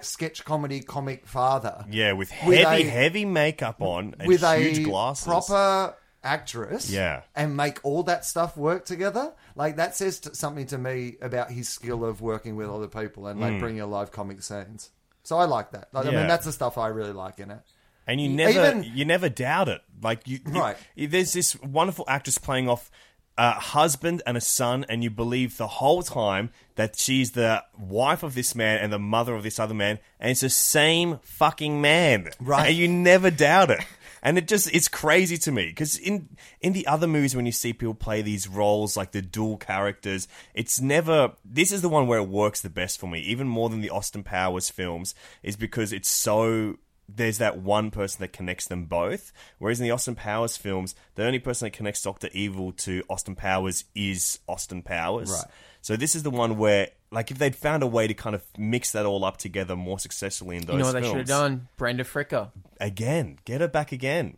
Speaker 4: sketch comedy comic father
Speaker 3: Yeah, with heavy,
Speaker 4: With a-
Speaker 3: heavy makeup on and
Speaker 4: with
Speaker 3: huge
Speaker 4: a
Speaker 3: glasses.
Speaker 4: proper actress
Speaker 3: Yeah.
Speaker 4: and make all that stuff work together like that says t- something to me about his skill of working with other people and like bringing alive comic scenes so i like that like, i mean
Speaker 3: Mm. Yeah.
Speaker 4: that's the stuff i really like in it
Speaker 3: and you never
Speaker 4: E, Even-
Speaker 3: you never doubt it. Like you, you-
Speaker 4: Right.
Speaker 3: There's this wonderful actress playing off a husband and a son, and you believe the whole time that she's the wife of this man and the mother of this other man, and it's the same fucking man.
Speaker 4: Right.
Speaker 3: And you never doubt it. And it just it's crazy to me because in in the other movies when you see people play these roles like the dual characters, it's never this is the one where it works the best for me, even more than the Austin Powers films, is because it's so there's that one person that connects them both. Whereas in the Austin Powers films, the only person that connects Doctor Evil to Austin Powers is Austin Powers.
Speaker 4: Right.
Speaker 3: So this is the one where, like, if they'd found a way to kind of mix that all up together more successfully in those,
Speaker 2: you know what they
Speaker 3: films,
Speaker 2: should have done? Brenda Fricker.
Speaker 3: again. Get her back again.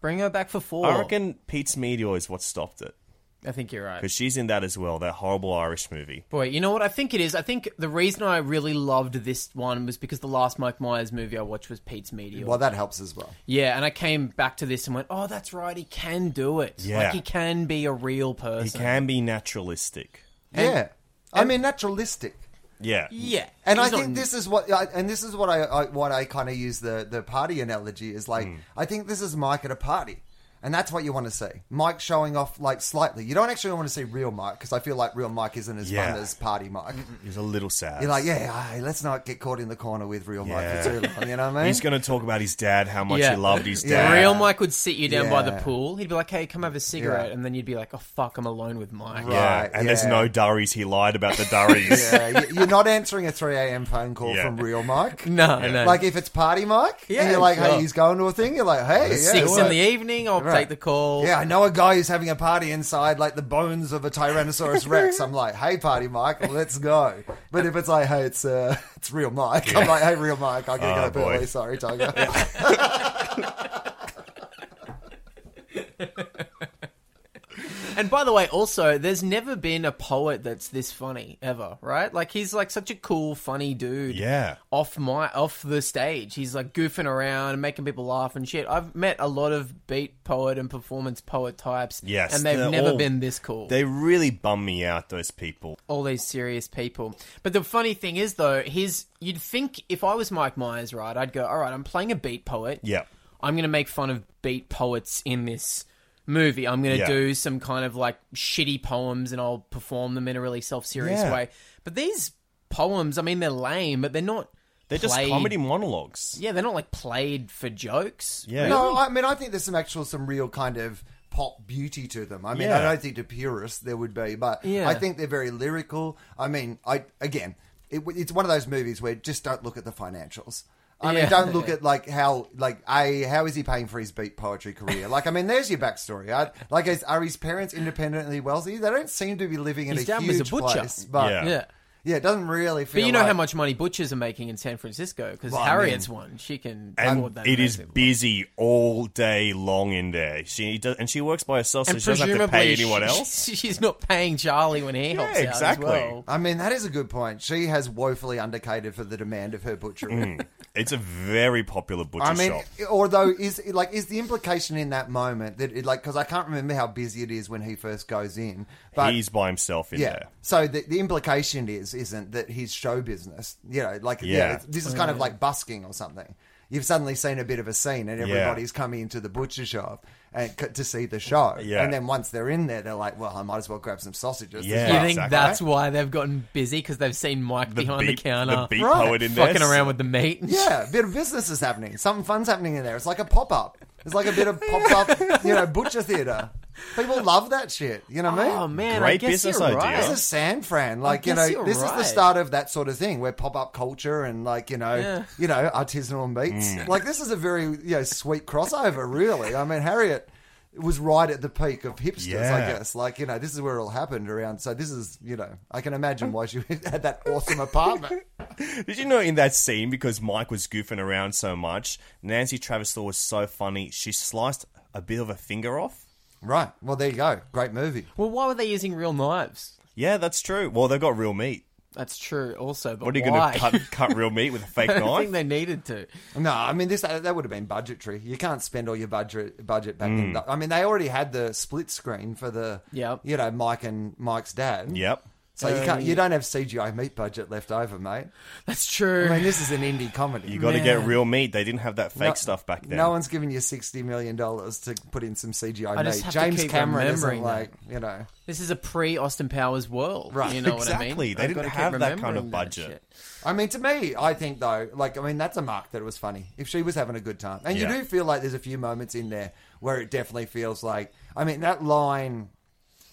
Speaker 2: Bring her back for four.
Speaker 3: I reckon Pete's Meteor is what stopped it
Speaker 2: I think you're right.
Speaker 3: because she's in that as well. That horrible Irish movie.
Speaker 2: Boy, you know what I think it is? I think the reason I really loved this one was because the last Mike Myers movie I watched was Pete's Meteor.
Speaker 4: Well, that helps as well.
Speaker 2: yeah, and I came back to this and went, oh, that's right, he can do it.
Speaker 3: Yeah.
Speaker 2: Like, he can be a real person.
Speaker 3: He can be naturalistic.
Speaker 4: yeah, I mean naturalistic.
Speaker 3: Yeah.
Speaker 2: Yeah.
Speaker 4: And
Speaker 2: He's
Speaker 4: I think
Speaker 2: not-
Speaker 4: this is what, I, and this is what I, I what I kind of use the the party analogy is
Speaker 2: Mm.
Speaker 4: like. I think this is Mike at a party, and that's what you want to see. Mike showing off like slightly. You don't actually want to see real Mike because I feel like real Mike isn't as
Speaker 3: Yeah.
Speaker 4: fun as party Mike.
Speaker 3: He's a little sad.
Speaker 4: You're like, yeah, hey, let's not get caught in the corner with real Mike for
Speaker 3: Yeah.
Speaker 4: too long. You know what I mean?
Speaker 3: He's going to talk about his dad, how much
Speaker 2: Yeah.
Speaker 3: he loved his
Speaker 4: Yeah.
Speaker 3: dad.
Speaker 2: Real Mike would sit you down by the
Speaker 4: Yeah.
Speaker 2: pool. He'd be like, hey, come have a cigarette.
Speaker 4: Yeah.
Speaker 2: And then you'd be like, oh, fuck, I'm alone with Mike.
Speaker 4: Right.
Speaker 3: Yeah, and there's
Speaker 4: yeah.
Speaker 3: no durries. He lied about the durries.
Speaker 4: yeah, you- you're not answering a 3 a.m. phone call
Speaker 3: Yeah.
Speaker 4: from real Mike.
Speaker 2: No, no.
Speaker 4: Like if it's party Mike,
Speaker 2: Yeah,
Speaker 4: and you're like,
Speaker 2: sure.
Speaker 4: hey, he's going to a thing. You're like, hey, yeah,
Speaker 2: Six
Speaker 4: all right.
Speaker 2: in the evening, I'll
Speaker 4: Right.
Speaker 2: take the call.
Speaker 4: Yeah, I know a guy who's having a party inside, like the bones of a Tyrannosaurus Rex. I'm like, hey, party Mike, let's go. But if it's like, hey, it's uh, it's real Mike, I'm like, hey, real Mike, I gotta
Speaker 3: Oh,
Speaker 4: go to bed
Speaker 3: boy.
Speaker 4: early. Sorry, Tiger.
Speaker 2: And by the way, also, there's never been a poet that's this funny ever, right? Like he's like such a cool, funny dude.
Speaker 3: Yeah.
Speaker 2: Off my off the stage, he's like goofing around and making people laugh and shit. I've met a lot of beat poet and performance poet types.
Speaker 3: Yes,
Speaker 2: and they've
Speaker 3: they're
Speaker 2: never
Speaker 3: all-
Speaker 2: been this cool.
Speaker 3: They really bum me out, those people.
Speaker 2: all these serious people. But the funny thing is, though, his you'd think if I was Mike Myers, right? I'd go, all right, I'm playing a beat poet.
Speaker 3: Yeah.
Speaker 2: I'm going to make fun of beat poets in this movie. I'm going to
Speaker 3: Yeah.
Speaker 2: do some kind of like shitty poems and I'll perform them in a really self serious
Speaker 3: Yeah.
Speaker 2: way. But these poems, I mean, they're lame, but they're not.
Speaker 3: They're just
Speaker 2: played-
Speaker 3: comedy monologues.
Speaker 2: Yeah, they're not like played for jokes.
Speaker 3: Yeah.
Speaker 4: No, I mean, I think there's some actual, some real kind of pop beauty to them. I mean,
Speaker 3: Yeah.
Speaker 4: I don't think to purists there would be, but
Speaker 2: Yeah.
Speaker 4: I think they're very lyrical. I mean, I again, it, w- it's one of those movies where just don't look at the financials. I
Speaker 2: Yeah.
Speaker 4: mean, don't look at like how like a how is he paying for his beat poetry career? Like, I mean, there's your backstory. I, like, is, are his parents independently wealthy? They don't seem to be living in
Speaker 2: His
Speaker 4: a
Speaker 2: dad was
Speaker 4: huge
Speaker 2: a butcher.
Speaker 4: place, but
Speaker 3: Yeah.
Speaker 4: yeah.
Speaker 2: Yeah.
Speaker 4: it doesn't really feel.
Speaker 2: But you know
Speaker 4: like-
Speaker 2: how much money butchers are making in San Francisco because
Speaker 4: Well, I
Speaker 2: Harriet's
Speaker 4: mean-
Speaker 2: one. She can afford
Speaker 3: And
Speaker 2: that.
Speaker 3: it is
Speaker 2: massive-
Speaker 3: busy all day long in there. She does, and she works by herself, so
Speaker 2: and
Speaker 3: she doesn't have to pay anyone
Speaker 2: she-
Speaker 3: else.
Speaker 2: she's not paying Charlie when he helps out
Speaker 3: exactly.
Speaker 2: as well.
Speaker 4: I mean, that is a good point. She has woefully undercatered for the demand of her butchery.
Speaker 3: Mm. It's a very popular butcher
Speaker 4: I mean,
Speaker 3: shop.
Speaker 4: although is like is the implication in that moment that it, like because I can't remember how busy it is when he first goes in, but
Speaker 3: He's by himself in
Speaker 4: yeah.
Speaker 3: there.
Speaker 4: So the, the implication is isn't that his show business, you know, like
Speaker 3: Yeah.
Speaker 4: yeah, it's- this
Speaker 2: Oh,
Speaker 4: is kind of like busking or something. You've suddenly seen a bit of a scene, and everybody's coming into the butcher shop and c- to see the show.
Speaker 3: Yeah.
Speaker 4: And then once they're in there, they're like, "Well, I might as well grab some sausages."
Speaker 3: Yeah.
Speaker 2: You think
Speaker 3: exactly.
Speaker 2: that's why they've gotten busy because they've seen Mike
Speaker 3: The
Speaker 2: behind
Speaker 3: beat,
Speaker 2: the counter,
Speaker 3: the beat
Speaker 4: Right.
Speaker 3: poet in there.
Speaker 2: fucking around with the meat? and shit.
Speaker 4: Yeah, a bit of business is happening. Something fun's happening in there. It's like a pop up. It's like a bit of pop up, you know, butcher theater. People love that shit. You know what I mean?
Speaker 2: Oh man, I
Speaker 3: Great
Speaker 2: guess
Speaker 3: business
Speaker 2: you're
Speaker 3: idea.
Speaker 2: right.
Speaker 4: This is San Fran. Like, you
Speaker 2: guess
Speaker 4: know,
Speaker 2: you're
Speaker 4: this is the
Speaker 2: right.
Speaker 4: start of that sort of thing where pop up culture and like, you know,
Speaker 2: Yeah.
Speaker 4: you know, artisanal meats. Like this is a very, you know, sweet crossover, really. I mean, Harriet was right at the peak of hipsters, I
Speaker 3: Yeah.
Speaker 4: guess. Like, you know, this is where it all happened around. So this is, you know, I can imagine why she had that awesome apartment.
Speaker 3: Did you know in that scene, because Mike was goofing around so much, Nancy Travisor was so funny, she sliced a bit of a finger off?
Speaker 4: right. Well, there you go. Great movie.
Speaker 2: Well, why were they using real knives?
Speaker 3: Yeah, that's true. Well, they've got real meat.
Speaker 2: That's true, also. But
Speaker 3: What are you
Speaker 2: why?
Speaker 3: going to cut, cut real meat with a fake
Speaker 2: I don't think
Speaker 3: knife?
Speaker 2: they needed to.
Speaker 4: No, I mean this that that would have been budgetary. You can't spend all your budget budget back in.
Speaker 3: Mm.
Speaker 4: The, I mean they already had the split screen for the
Speaker 2: Yep. Um,
Speaker 4: you know Mike and Mike's dad.
Speaker 3: Yep.
Speaker 4: So you can't, you don't have CGI meat budget left over, mate.
Speaker 2: That's true.
Speaker 4: I mean, this is an indie comedy.
Speaker 3: You got to get real meat. They didn't have that fake
Speaker 4: No-
Speaker 3: stuff back then.
Speaker 4: No one's giving you sixty million dollars to put in some CGI
Speaker 2: I
Speaker 4: meat.
Speaker 2: just have to
Speaker 4: James
Speaker 2: keep
Speaker 4: Cameron isn't
Speaker 2: remembering that.
Speaker 4: like you know.
Speaker 2: This is a pre Austin Powers world.
Speaker 4: Right.
Speaker 2: You know what I
Speaker 3: Exactly.
Speaker 2: mean?
Speaker 3: They
Speaker 2: I've
Speaker 3: didn't
Speaker 2: gotta keep
Speaker 3: have that kind of
Speaker 2: remembering that
Speaker 3: budget.
Speaker 2: shit.
Speaker 4: I mean, to me, I think though, like, I mean, that's a mark that it was funny. If she was having a good time, and
Speaker 3: Yeah.
Speaker 4: you do feel like there's a few moments in there where it definitely feels like, I mean, that line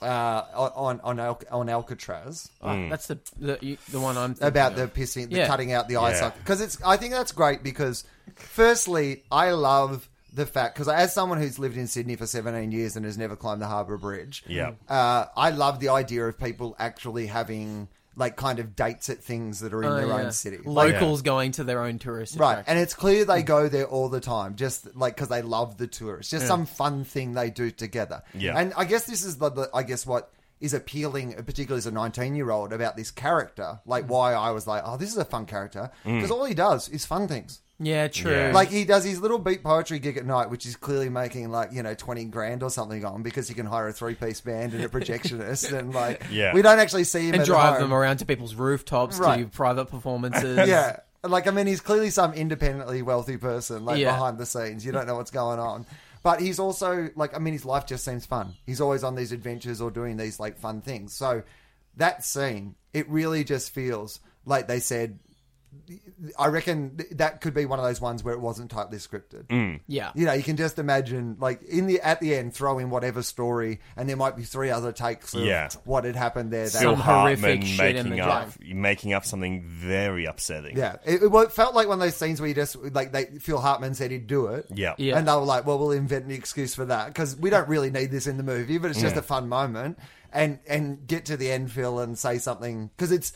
Speaker 4: uh, on on Al- on Alcatraz
Speaker 2: Oh,
Speaker 3: Mm.
Speaker 2: That's the, the the one I'm thinking
Speaker 4: about the
Speaker 2: of.
Speaker 4: pissing, the
Speaker 2: Yeah.
Speaker 4: cutting out the eye
Speaker 3: Yeah.
Speaker 4: socket because it's. I think that's great because, firstly, I love the fact because as someone who's lived in Sydney for 17 years and has never climbed the Harbour Bridge,
Speaker 3: Yeah.
Speaker 4: uh, I love the idea of people actually having like kind of dates at things that are in
Speaker 2: Oh,
Speaker 4: their
Speaker 2: yeah.
Speaker 4: own city.
Speaker 2: Locals going to their own tourist
Speaker 4: Right,
Speaker 2: attraction.
Speaker 4: and it's clear they go there all the time, just like because they love the tourists. Just some fun thing they do together.
Speaker 3: Yeah.
Speaker 4: and I guess this is the, the I guess what is appealing, particularly as a nineteen-year-old, about this character. Like why I was like, oh, this is a fun character because all he does is fun things.
Speaker 2: Yeah, true.
Speaker 3: Yeah.
Speaker 4: Like he does his little beat poetry gig at night, which is clearly making like you know twenty grand or something on because he can hire a three-piece band and a projectionist, and like
Speaker 3: Yeah.
Speaker 4: we don't actually see him
Speaker 2: and
Speaker 4: at
Speaker 2: drive
Speaker 4: home.
Speaker 2: them around to people's rooftops to
Speaker 4: Right.
Speaker 2: private performances.
Speaker 4: yeah. Like, I mean, he's clearly some independently wealthy person, like
Speaker 2: Yeah.
Speaker 4: behind the scenes. You don't know what's going on. But he's also, like, I mean, his life just seems fun. He's always on these adventures or doing these, like, fun things. So that scene, it really just feels like they said, I reckon th- that could be one of those ones where it wasn't tightly scripted.
Speaker 2: yeah.
Speaker 4: You know, you can just imagine, like, in the at the end, throw in whatever story, and there might be three other takes of
Speaker 3: Yeah.
Speaker 4: what had happened there.
Speaker 3: Phil
Speaker 2: Some
Speaker 3: Hartman
Speaker 2: horrific shit in the
Speaker 3: making up making up something very upsetting.
Speaker 4: Yeah, it, it, well, it felt like one of those scenes where you just like they Phil Hartman said he'd do it.
Speaker 3: Yeah.
Speaker 2: Yeah.
Speaker 4: and they were like, "Well, we'll invent an excuse for that because we don't really need this in the movie, but it's just a fun moment." And and get to the end, Phil, and say something because it's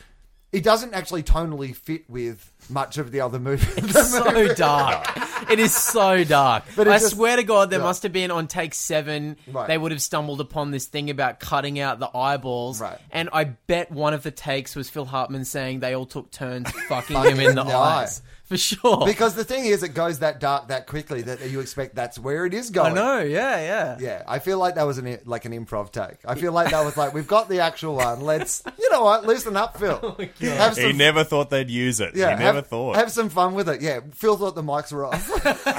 Speaker 4: it doesn't actually tonally fit with much of the other movie. The movie-
Speaker 2: so dark. It is so dark.
Speaker 4: But it
Speaker 2: I
Speaker 4: just-
Speaker 2: swear to God, there
Speaker 4: yeah.
Speaker 2: must have been on take seven,
Speaker 4: Right.
Speaker 2: they would have stumbled upon this thing about cutting out the eyeballs.
Speaker 4: Right.
Speaker 2: And I bet one of the takes was Phil Hartman saying they all took turns fucking him in the
Speaker 4: in the eye.
Speaker 2: eyes. For sure.
Speaker 4: Because the thing is, it goes that dark that quickly that you expect that's where it is going.
Speaker 2: I know, yeah, yeah.
Speaker 4: Yeah, I feel like that was an like an improv take. I feel like that was like we've got the actual one. Let's you know what, loosen up, Phil.
Speaker 2: Oh
Speaker 4: Have
Speaker 3: He
Speaker 4: some
Speaker 3: never thought they'd use it. he never
Speaker 4: have,
Speaker 3: thought.
Speaker 4: Have some fun with it. Yeah, Phil thought the mics were off.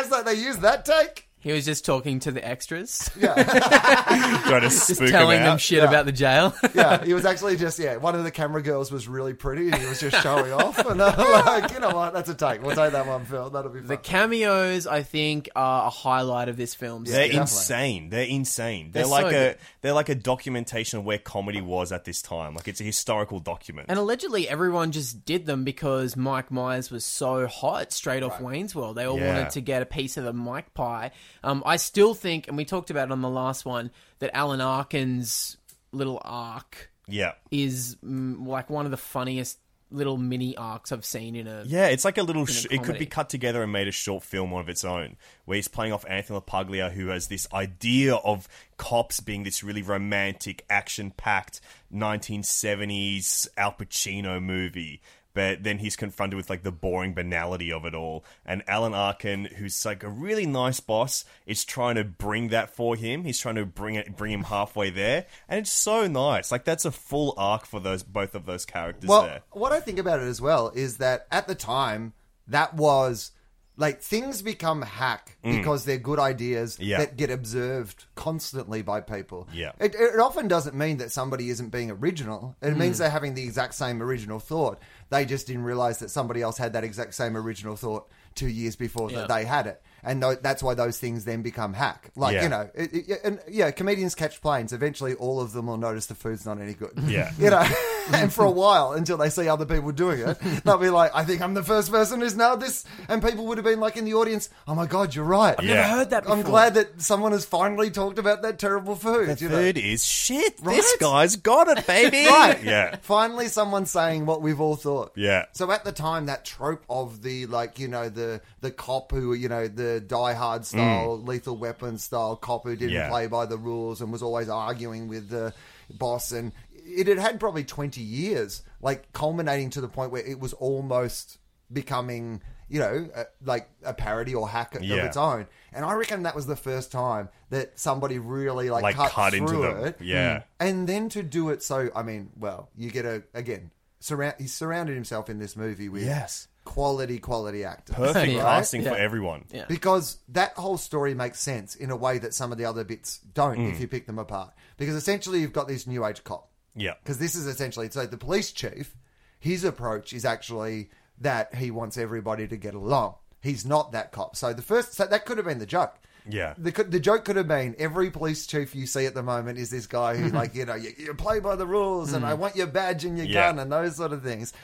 Speaker 4: It's like they used that take.
Speaker 2: He was just talking to the extras,
Speaker 3: Try to spook him
Speaker 2: telling them
Speaker 3: out.
Speaker 2: shit about the jail.
Speaker 4: Yeah, he was actually just yeah. One of the camera girls was really pretty, and he was just showing off. And I'm like, you know what? That's a take. We'll take that one, Phil. That'll be fun.
Speaker 2: the cameos, I think, are a highlight of this film.
Speaker 3: They're
Speaker 4: Yeah.
Speaker 3: insane. They're insane. They're,
Speaker 2: They're
Speaker 3: like
Speaker 2: so
Speaker 3: a
Speaker 2: good.
Speaker 3: they're like a documentation of where comedy was at this time. Like it's a historical document.
Speaker 2: And allegedly, everyone just did them because Mike Myers was so hot straight off Wayne's World. They all
Speaker 3: Yeah.
Speaker 2: wanted to get a piece of the Mike pie. Um, I still think, and we talked about it on the last one, that Alan Arkin's little arc
Speaker 3: yeah.
Speaker 2: is mm, like one of the funniest little mini arcs I've seen in a.
Speaker 3: Yeah, it's like a little. Sh-
Speaker 2: a
Speaker 3: it could
Speaker 2: comedy.
Speaker 3: be cut together and made a short film of its own, where he's playing off Anthony LaPaglia, who has this idea of cops being this really romantic, action-packed 1970s Al Pacino movie. But then he's confronted with like the boring banality of it all, and Alan Arkin, who's like a really nice boss, is trying to bring that for him. He's trying to bring it, bring him halfway there, and it's so nice. Like that's a full arc for those both of those characters.
Speaker 4: well,
Speaker 3: there.
Speaker 4: what I think about it as well is that at the time, that was like things become hack because they're good ideas
Speaker 3: Mm. Yeah.
Speaker 4: that get observed constantly by people.
Speaker 3: Yeah.
Speaker 4: It, it often doesn't mean that somebody isn't being original. It means
Speaker 3: Mm.
Speaker 4: they're having the exact same original thought. They just didn't realize that somebody else had that exact same original thought two years before that they had it. And tho- that's why those things then become hack. Like,
Speaker 3: Yeah.
Speaker 4: you know, it, it- and yeah, comedians catch planes. Eventually, all of them will notice the food's not any good.
Speaker 3: Yeah.
Speaker 4: You know, and for a while until they see other people doing it, they'll be like, I think I'm the first person who's now this. And people would have been like in the audience, oh my God, you're right. I've
Speaker 3: never Yeah.
Speaker 2: heard that
Speaker 4: I'm
Speaker 2: before.
Speaker 4: glad that someone has finally talked about that terrible food.
Speaker 3: The
Speaker 4: you know?
Speaker 3: third is shit. This
Speaker 4: Right?
Speaker 3: guy's got it, baby.
Speaker 4: Right.
Speaker 3: Yeah.
Speaker 4: Finally, someone's saying what we've all thought.
Speaker 3: Yeah.
Speaker 4: So at the time, that trope of the like, you know, the the cop who, you know, the Die Hard style, Lethal Weapon style cop who didn't
Speaker 3: Mm. Yeah.
Speaker 4: play by the rules and was always arguing with the boss, and it had had probably twenty years, like culminating to the point where it was almost becoming you know, uh, like a parody or hack of
Speaker 3: Yeah.
Speaker 4: its own. And I reckon that was the first time that somebody really like,
Speaker 3: Like,
Speaker 4: cut,
Speaker 3: cut into
Speaker 4: through
Speaker 3: them.
Speaker 4: it. Mm.
Speaker 3: Yeah.
Speaker 4: And then to do it so, I mean, well, you get a again surround. He surrounded himself in this movie with
Speaker 3: Yes.
Speaker 4: quality, quality actors.
Speaker 3: Perfect
Speaker 4: right?
Speaker 3: casting for
Speaker 2: Yeah.
Speaker 3: everyone.
Speaker 2: Yeah.
Speaker 4: Because that whole story makes sense in a way that some of the other bits don't if you pick them apart. Because essentially, you've got this new age cop.
Speaker 3: Yeah.
Speaker 4: Because this is essentially so the police chief, his approach is actually that he wants everybody to get along. He's not that cop. So the first so that could have been the joke.
Speaker 3: Yeah.
Speaker 4: The, co- the joke could have been every police chief you see at the moment is this guy who, like, you know, you, you play by the rules and I want your badge and your
Speaker 3: Mm. Yeah.
Speaker 4: gun and those sort of things.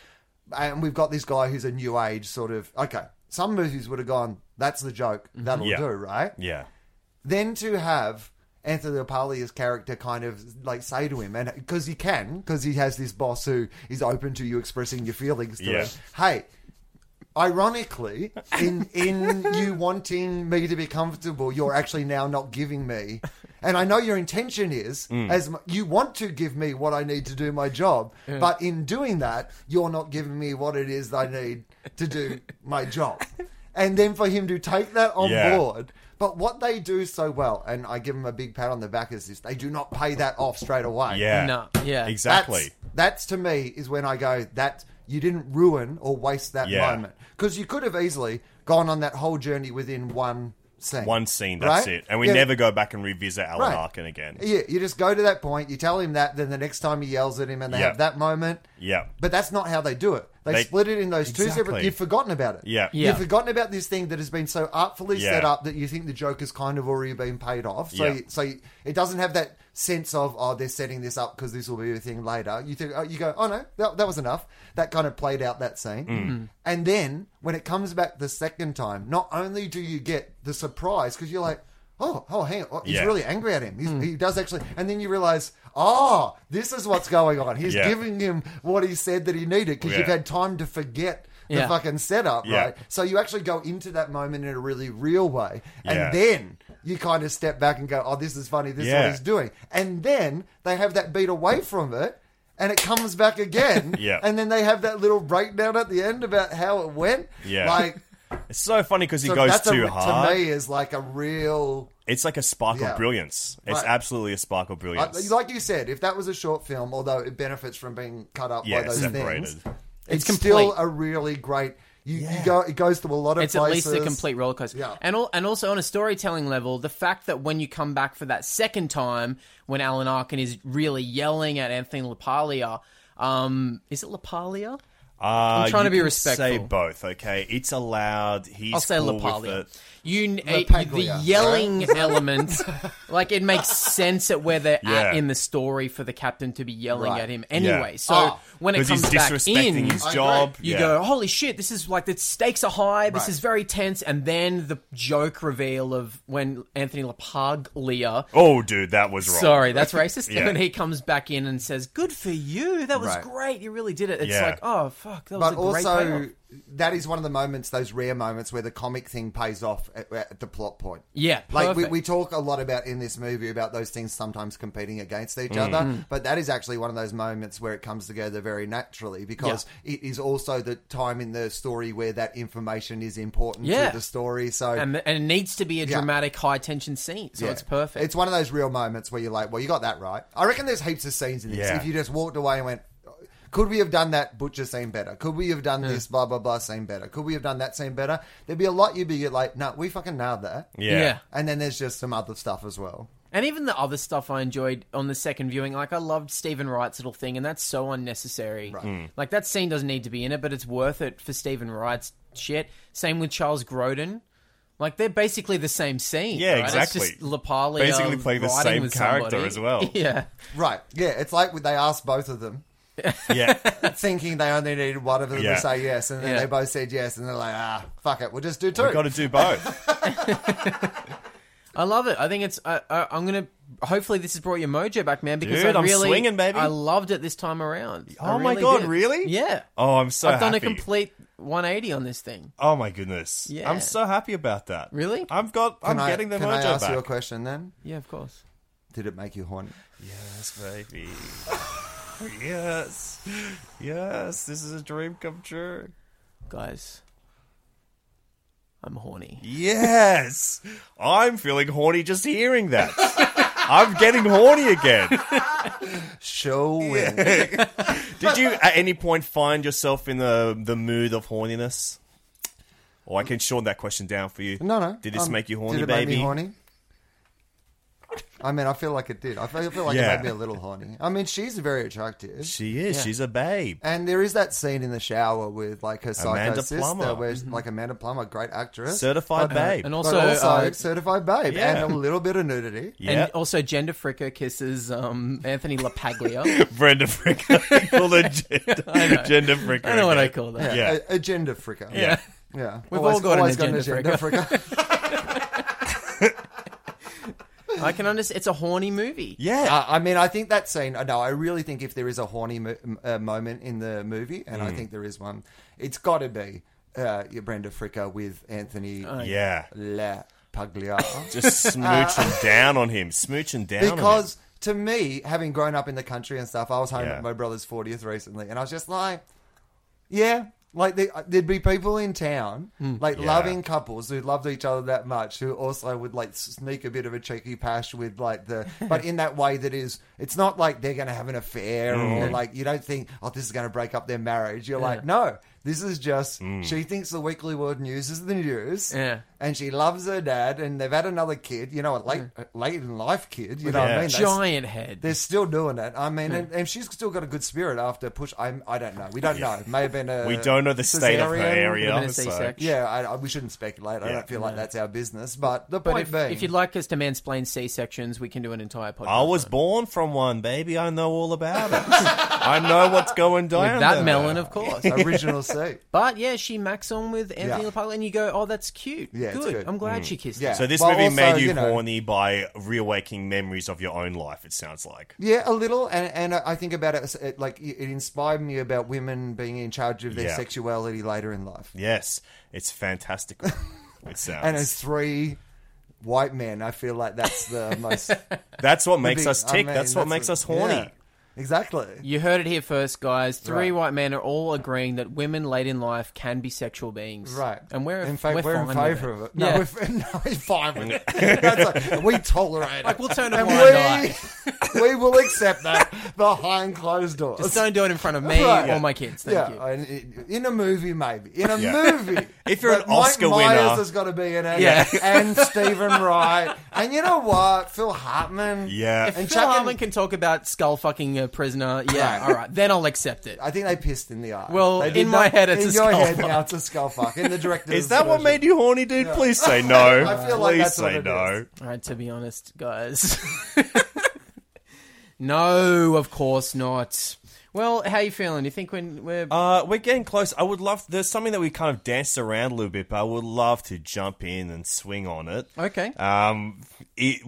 Speaker 4: And we've got this guy who's a new age sort of. Okay. Some movies would have gone, that's the joke. That'll
Speaker 3: Yeah.
Speaker 4: do, right?
Speaker 3: Yeah.
Speaker 4: then to have Anthony Lapalia's character kind of like say to him, and because he can, because he has this boss who is open to you expressing your feelings to
Speaker 3: Yeah.
Speaker 4: him. Hey, ironically, in in you wanting me to be comfortable, you're actually now not giving me. And I know your intention is as m- you want to give me what I need to do my job, but in doing that, you're not giving me what it is I need to do my job. And then for him to take that on
Speaker 3: Yeah.
Speaker 4: board. But what they do so well, and I give them a big pat on the back, is this: they do not pay that off straight away.
Speaker 3: Yeah.
Speaker 2: No, yeah.
Speaker 3: Exactly.
Speaker 4: That's, that's to me is when I go that you didn't ruin or waste that
Speaker 3: Yeah.
Speaker 4: moment because you could have easily gone on that whole journey within one scene.
Speaker 3: One scene, that's
Speaker 4: right?
Speaker 3: it. And we
Speaker 4: Yeah.
Speaker 3: never go back and revisit Alan
Speaker 4: Right.
Speaker 3: Arkin again.
Speaker 4: Yeah, you just go to that point, you tell him that, then the next time he yells at him, and they
Speaker 3: Yeah.
Speaker 4: have that moment.
Speaker 3: Yeah.
Speaker 4: But that's not how they do it. They,
Speaker 3: They-
Speaker 4: split it in those two
Speaker 3: Exactly.
Speaker 4: separate. You've forgotten about it.
Speaker 3: Yeah.
Speaker 2: Yeah.
Speaker 4: You've forgotten about this thing that has been so artfully
Speaker 3: Yeah.
Speaker 4: set up that you think the joke has kind of already been paid off. So,
Speaker 3: Yeah.
Speaker 4: you- so you- it doesn't have that sense of oh they're setting this up because this will be a thing later. You think oh, you go oh no that, that was enough. That kind of played out that scene.
Speaker 3: Mm.
Speaker 4: And then when it comes back the second time, not only do you get the surprise because you're like. Oh, oh, hang on. Oh, He's
Speaker 3: Yeah.
Speaker 4: really angry at him. He's, He does actually. And then you realize, oh, this is what's going on. He's
Speaker 3: Yeah.
Speaker 4: giving him what he said that he needed because you've
Speaker 3: Yeah.
Speaker 4: had time to forget the
Speaker 2: Yeah.
Speaker 4: fucking setup,
Speaker 3: Yeah.
Speaker 4: right? So you actually go into that moment in a really real way. And
Speaker 3: Yeah.
Speaker 4: then you kind of step back and go, oh, this is funny. This is
Speaker 3: Yeah.
Speaker 4: what he's doing. And then they have that beat away from it. And it comes back again,
Speaker 3: Yeah.
Speaker 4: and then they have that little breakdown at the end about how it went.
Speaker 3: Yeah.
Speaker 4: like
Speaker 3: It's so funny because he
Speaker 4: so
Speaker 3: goes
Speaker 4: that's a-
Speaker 3: too hard.
Speaker 4: To me, is like a real
Speaker 3: it's like a spark
Speaker 4: Yeah.
Speaker 3: of brilliance. It's
Speaker 4: Right.
Speaker 3: absolutely a spark of
Speaker 4: I-
Speaker 3: brilliance.
Speaker 4: like you said, if that was a short film, although it benefits from being cut up
Speaker 3: yeah,
Speaker 4: by those
Speaker 3: separated.
Speaker 4: things,
Speaker 2: It's
Speaker 4: it's,
Speaker 2: complete.
Speaker 4: still a really great. You, you go, it goes to a lot of
Speaker 2: it's
Speaker 4: places.
Speaker 2: at least a complete roller coaster.
Speaker 4: Yeah.
Speaker 2: And all, and also on a storytelling level, the fact that when you come back for that second time, when Alan Arkin is really yelling at Anthony LaPaglia, um, is it LaPaglia?
Speaker 3: I'm
Speaker 2: trying to be
Speaker 3: Uh, Say
Speaker 2: respectful.
Speaker 3: both, okay? It's allowed. He's
Speaker 2: I'll say
Speaker 3: cool
Speaker 2: LaPaglia.
Speaker 3: with it.
Speaker 2: You uh, the
Speaker 4: Lapaglia,
Speaker 2: yelling element, like it makes sense at where they're
Speaker 3: Yeah.
Speaker 2: at in the story for the captain to be yelling
Speaker 4: Right.
Speaker 2: at him anyway.
Speaker 3: Yeah.
Speaker 2: So
Speaker 4: Ah.
Speaker 2: when it
Speaker 3: Because
Speaker 2: comes
Speaker 3: he's
Speaker 2: back
Speaker 3: disrespecting
Speaker 2: in,
Speaker 3: his job.
Speaker 2: you
Speaker 3: yeah.
Speaker 2: go, holy shit, this is like the stakes are high, this
Speaker 4: Right.
Speaker 2: is very tense, and then the joke reveal of when Anthony LaPaglia.
Speaker 3: oh, dude, that was wrong.
Speaker 2: Sorry, that's racist.
Speaker 3: Yeah.
Speaker 2: And he comes back in and says, "Good for you. That was
Speaker 4: Right.
Speaker 2: great. You really did it." It's
Speaker 3: Yeah.
Speaker 2: like, oh fuck, that was
Speaker 4: But
Speaker 2: a great
Speaker 4: also,
Speaker 2: payoff.
Speaker 4: that is one of the moments, those rare moments where the comic thing pays off at, at the plot point.
Speaker 2: Yeah,
Speaker 4: like we,
Speaker 2: perfect.
Speaker 4: we talk a lot about in this movie about those things sometimes competing against each
Speaker 2: Mm.
Speaker 4: other, but that is actually one of those moments where it comes together very naturally because it is also the time in the story where that information is important
Speaker 2: Yeah.
Speaker 4: to the story. So
Speaker 2: and, and it needs to be a
Speaker 4: Yeah.
Speaker 2: dramatic high tension scene, so
Speaker 4: Yeah.
Speaker 2: it's perfect.
Speaker 4: It's one of those real moments where you're like, well, you got that right. I reckon there's heaps of scenes in this.
Speaker 3: Yeah.
Speaker 4: If you just walked away and went, could we have done that butcher scene better? Could we have done this blah, blah, blah scene better? Could we have done that scene better? There'd be a lot you'd be like, no, we fucking nailed that.
Speaker 3: Yeah.
Speaker 2: Yeah.
Speaker 4: And then there's just some other stuff as well.
Speaker 2: And even the other stuff I enjoyed on the second viewing, like I loved Stephen Wright's little thing, and that's so unnecessary.
Speaker 3: Hmm.
Speaker 2: Like that scene doesn't need to be in it, but it's worth it for Stephen Wright's shit. Same with Charles Grodin. Like they're basically the same scene.
Speaker 3: Yeah,
Speaker 2: right? It's just
Speaker 3: exactly.
Speaker 2: Lapali
Speaker 3: Basically playing the same character as well.
Speaker 2: Yeah,
Speaker 4: Right. Yeah. It's like they asked both of them,
Speaker 3: Yeah.
Speaker 4: thinking they only needed one of them
Speaker 3: Yeah.
Speaker 4: to say yes. And then
Speaker 2: Yeah.
Speaker 4: they both said yes. And they're like, ah, fuck it. We'll just do two.
Speaker 3: We've got to do both.
Speaker 2: I love it. I think it's. I, I, I'm gonna. Hopefully, this has brought your mojo back, man. Because
Speaker 3: Dude,
Speaker 2: I
Speaker 3: I'm
Speaker 2: really,
Speaker 3: swinging, baby.
Speaker 2: I loved it this time around. I
Speaker 3: Oh my
Speaker 2: really
Speaker 3: God,
Speaker 2: did.
Speaker 3: really?
Speaker 2: Yeah.
Speaker 3: Oh, I'm so
Speaker 2: I've done a
Speaker 3: happy.
Speaker 2: complete 180 on this thing.
Speaker 3: Oh, my goodness.
Speaker 2: Yeah.
Speaker 3: I'm so happy about that.
Speaker 2: Really?
Speaker 3: I've got, I'm
Speaker 4: Can I-
Speaker 3: getting the
Speaker 4: Can I
Speaker 3: mojo
Speaker 4: ask
Speaker 3: back.
Speaker 4: you a question then?
Speaker 2: Yeah, of course.
Speaker 4: Did it make you horny?
Speaker 3: Yes, baby. yes. Yes, this is a dream come true.
Speaker 2: guys. I'm horny.
Speaker 3: Yes. I'm feeling horny just hearing that. I'm getting horny again.
Speaker 4: Showing.
Speaker 3: Did you at any point find yourself in the the mood of horniness? Or I can shorten that question down for you.
Speaker 4: No, no.
Speaker 3: Did this
Speaker 4: Um,
Speaker 3: make you horny,
Speaker 4: Did it
Speaker 3: baby?
Speaker 4: make me horny? I mean, I feel like it did. I feel, I feel like
Speaker 3: Yeah.
Speaker 4: it made me a little horny. I mean, she's very attractive.
Speaker 3: She is. She's a babe.
Speaker 4: And there is that scene in the shower with like her psycho
Speaker 3: Amanda
Speaker 4: sister,
Speaker 3: Plummer. Mm-hmm.
Speaker 4: where like Amanda Plummer, great actress,
Speaker 3: Certified
Speaker 4: But-
Speaker 3: babe.
Speaker 2: Uh, And
Speaker 4: but
Speaker 2: also,
Speaker 4: also
Speaker 2: uh,
Speaker 4: certified babe,
Speaker 3: Yeah.
Speaker 4: and a little bit of nudity.
Speaker 3: Yeah.
Speaker 2: And also, Gender Fricker kisses um, Anthony LaPaglia.
Speaker 3: Brenda Fricker. You call her gender, gender Fricker.
Speaker 2: I don't know what I
Speaker 3: again.
Speaker 2: call that.
Speaker 3: Yeah.
Speaker 4: A, a gender fricker.
Speaker 3: Yeah.
Speaker 4: yeah.
Speaker 2: We've all got an agenda
Speaker 4: fricker.
Speaker 2: I can understand. It's a horny movie.
Speaker 3: Yeah.
Speaker 4: Uh, I mean, I think that scene. uh, No, I really think if there is a horny mo- m- uh, moment in the movie, and I think there is one, it's got to be uh, your Brenda Fricker with Anthony
Speaker 3: Oh, yeah.
Speaker 4: La Paglia.
Speaker 3: Just smooching down on him. Smooching down on him.
Speaker 4: because to me, having grown up in the country and stuff, I was home
Speaker 3: Yeah.
Speaker 4: at my brother's fortieth recently, and I was just like, yeah. Like there- uh, there'd be people in town,
Speaker 3: Hmm.
Speaker 4: like loving couples who loved each other that much, who also would like sneak a bit of a cheeky pash with like the, but in that way that is, it's not like they're going to have an affair
Speaker 3: Hmm.
Speaker 4: or like you don't think, oh, this is going to break up their marriage. You're like, no, this is just
Speaker 3: Hmm.
Speaker 4: she thinks the Weekly World News is the news,
Speaker 2: Yeah.
Speaker 4: and she loves her dad, and they've had another kid, you know, a late late in life kid, you know what I
Speaker 3: Yeah.
Speaker 4: mean? That's-
Speaker 2: Giant Hmm. head.
Speaker 4: they're still doing it. I mean, and, and she's still got a good spirit after push. I, I don't know. We don't know. It may have been a.
Speaker 3: we don't know the state of her
Speaker 4: uh, cesarean.
Speaker 3: area.
Speaker 2: Would've been a
Speaker 3: so-
Speaker 2: C-section.
Speaker 4: Yeah, I, I- we shouldn't speculate. I don't feel like that's our business. But the
Speaker 2: But
Speaker 4: point
Speaker 2: if,
Speaker 4: being,
Speaker 2: if you'd like us to mansplain C sections, we can do an entire podcast.
Speaker 3: I was
Speaker 2: on it.
Speaker 3: born from one, baby. I know all about it. I know what's going down.
Speaker 2: with that
Speaker 3: there.
Speaker 2: melon, of course.
Speaker 4: original C.
Speaker 2: but yeah, she macks on with Anthony
Speaker 4: Yeah.
Speaker 2: LaPaglia, and you go, "Oh, that's cute.
Speaker 4: Yeah, it's
Speaker 2: good.
Speaker 4: good.
Speaker 2: I'm glad she kissed
Speaker 4: Yeah.
Speaker 2: him."
Speaker 3: Mm. So this
Speaker 4: But
Speaker 3: movie
Speaker 4: also,
Speaker 3: made you,
Speaker 4: you know-
Speaker 3: horny by reawaking memories of your own life. It sounds like.
Speaker 4: Yeah, a little, and and I think about it, it like it inspired me about women being in charge of their
Speaker 3: Yeah.
Speaker 4: sexuality later in life.
Speaker 3: Yes, it's fantastic. it sounds.
Speaker 4: And as three white men, I feel like that's the most
Speaker 3: that's what makes
Speaker 4: big-
Speaker 3: us
Speaker 4: I
Speaker 3: tick.
Speaker 4: mean,
Speaker 3: that's, what makes us horny.
Speaker 4: yeah. exactly.
Speaker 2: You heard it here first, guys. Three
Speaker 4: Right.
Speaker 2: white men are all agreeing that women late in life can be sexual beings,
Speaker 4: Right.
Speaker 2: And we're
Speaker 4: in fact, we're, in
Speaker 2: fine with
Speaker 4: favour of it. No,
Speaker 2: Yeah.
Speaker 4: we're, f- no, we're fine with it. That's like, we tolerate
Speaker 2: Like
Speaker 4: it.
Speaker 2: we'll turn a
Speaker 4: And
Speaker 2: blind eye.
Speaker 4: we, we will accept that behind closed doors.
Speaker 2: Just don't do it in front of me
Speaker 4: Right.
Speaker 2: or my kids. Thank
Speaker 4: yeah,
Speaker 2: you.
Speaker 4: and it- in a movie, maybe in a
Speaker 3: Yeah.
Speaker 4: movie.
Speaker 3: If you're
Speaker 4: But
Speaker 3: an Oscar
Speaker 4: Mike Myers
Speaker 3: winner-
Speaker 4: has got to be in it.
Speaker 2: Yeah.
Speaker 4: and Stephen Wright, and you know what, Phil Hartman.
Speaker 3: Yeah.
Speaker 2: If
Speaker 4: and
Speaker 2: Phil
Speaker 4: Chuck and-
Speaker 2: Hartman can talk about skull fucking a prisoner, yeah,
Speaker 4: Right.
Speaker 2: all right, then I'll accept it.
Speaker 4: I think they pissed in the eye.
Speaker 2: Well,
Speaker 4: They did
Speaker 2: in my head, it's
Speaker 4: in
Speaker 2: a
Speaker 4: your
Speaker 2: skull
Speaker 4: head
Speaker 2: fuck.
Speaker 4: now. It's a skull fuck. In the director's
Speaker 3: Is that what
Speaker 4: version.
Speaker 3: made you horny, dude? Please say no.
Speaker 4: I feel like
Speaker 3: Please
Speaker 4: that's what
Speaker 3: say
Speaker 4: it
Speaker 3: no.
Speaker 4: is.
Speaker 2: All right, to be honest, guys. no, of course not. Well, how you feeling? You think when we're
Speaker 3: Uh, we're getting close. I would love. There's something that we kind of danced around a little bit, but I would love to jump in and swing on it.
Speaker 2: okay?
Speaker 4: uh,
Speaker 3: Um, it,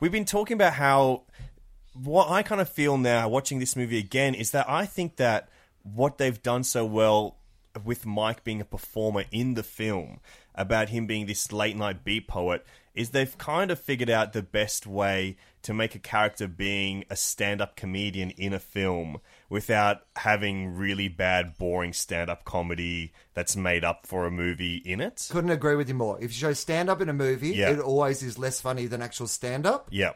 Speaker 3: we've been talking about how what I kind of feel now watching this movie again is that I think that what they've done so well with Mike being a performer in the film about him being this late night beat poet is they've kind of figured out the best way to make a character being a stand up comedian in a film without having really bad boring stand up comedy that's made up for a movie in it.
Speaker 4: Couldn't agree with you more. If you show stand up in a movie,
Speaker 3: Yeah.
Speaker 4: it always is less funny than actual stand up.
Speaker 3: Yeah.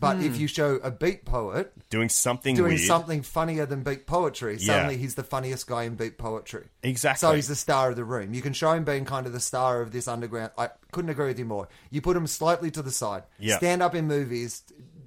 Speaker 4: But if you show a beat poet
Speaker 3: Doing something
Speaker 4: doing
Speaker 3: weird.
Speaker 4: something funnier than beat poetry,
Speaker 3: Yeah.
Speaker 4: suddenly he's the funniest guy in beat poetry.
Speaker 3: Exactly.
Speaker 4: So he's the star of the room. You can show him being kind of the star of this underground. I couldn't agree with you more. You put him slightly to the side.
Speaker 3: Yeah.
Speaker 4: Stand up in movies,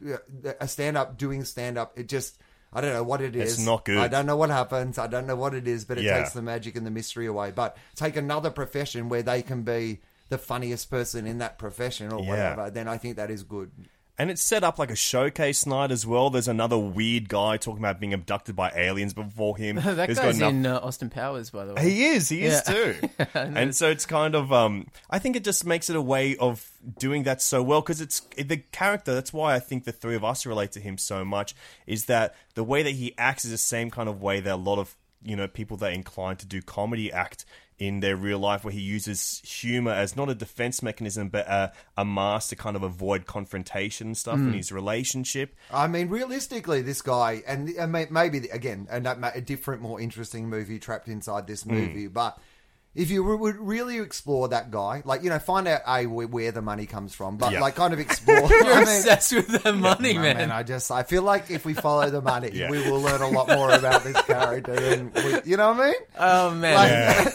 Speaker 4: uh, a stand up doing stand up, it just. I don't know what it is.
Speaker 3: It's not good.
Speaker 4: I don't know what happens. I don't know what it is, but it
Speaker 3: Yeah.
Speaker 4: takes the magic and the mystery away. But take another profession where they can be the funniest person in that profession or
Speaker 3: Yeah.
Speaker 4: whatever, then I think that is good.
Speaker 3: And it's set up like a showcase night as well. There's another weird guy talking about being abducted by aliens before him.
Speaker 2: that
Speaker 3: Who's got
Speaker 2: guy's
Speaker 3: enough-
Speaker 2: in uh, Austin Powers, by the way.
Speaker 3: He is, he is
Speaker 2: Yeah.
Speaker 3: too. and so it's kind of, um, I think it just makes it a way of doing that so well because it's the character. That's why I think the three of us relate to him so much. Is that the way that he acts is the same kind of way that a lot of you know people that are inclined to do comedy act in their real life, where he uses humor as not a defense mechanism but a, a mask to kind of avoid confrontation and stuff in his relationship.
Speaker 4: I mean, realistically, this guy, and
Speaker 3: Hmm.
Speaker 4: I mean, maybe again, and that ma- a different, more interesting movie trapped inside this movie, but If you re- would really explore that guy, like you know, find out a wh- where the money comes from, but
Speaker 3: Yeah.
Speaker 4: like kind of explore.
Speaker 2: You're
Speaker 4: I mean-
Speaker 2: obsessed with the money,
Speaker 4: I
Speaker 2: man.
Speaker 4: mean, I just I feel like if we follow the money,
Speaker 3: Yeah.
Speaker 4: we will learn a lot more about this character. And we, you know what I mean?
Speaker 2: oh man,
Speaker 4: Like-
Speaker 3: Yeah.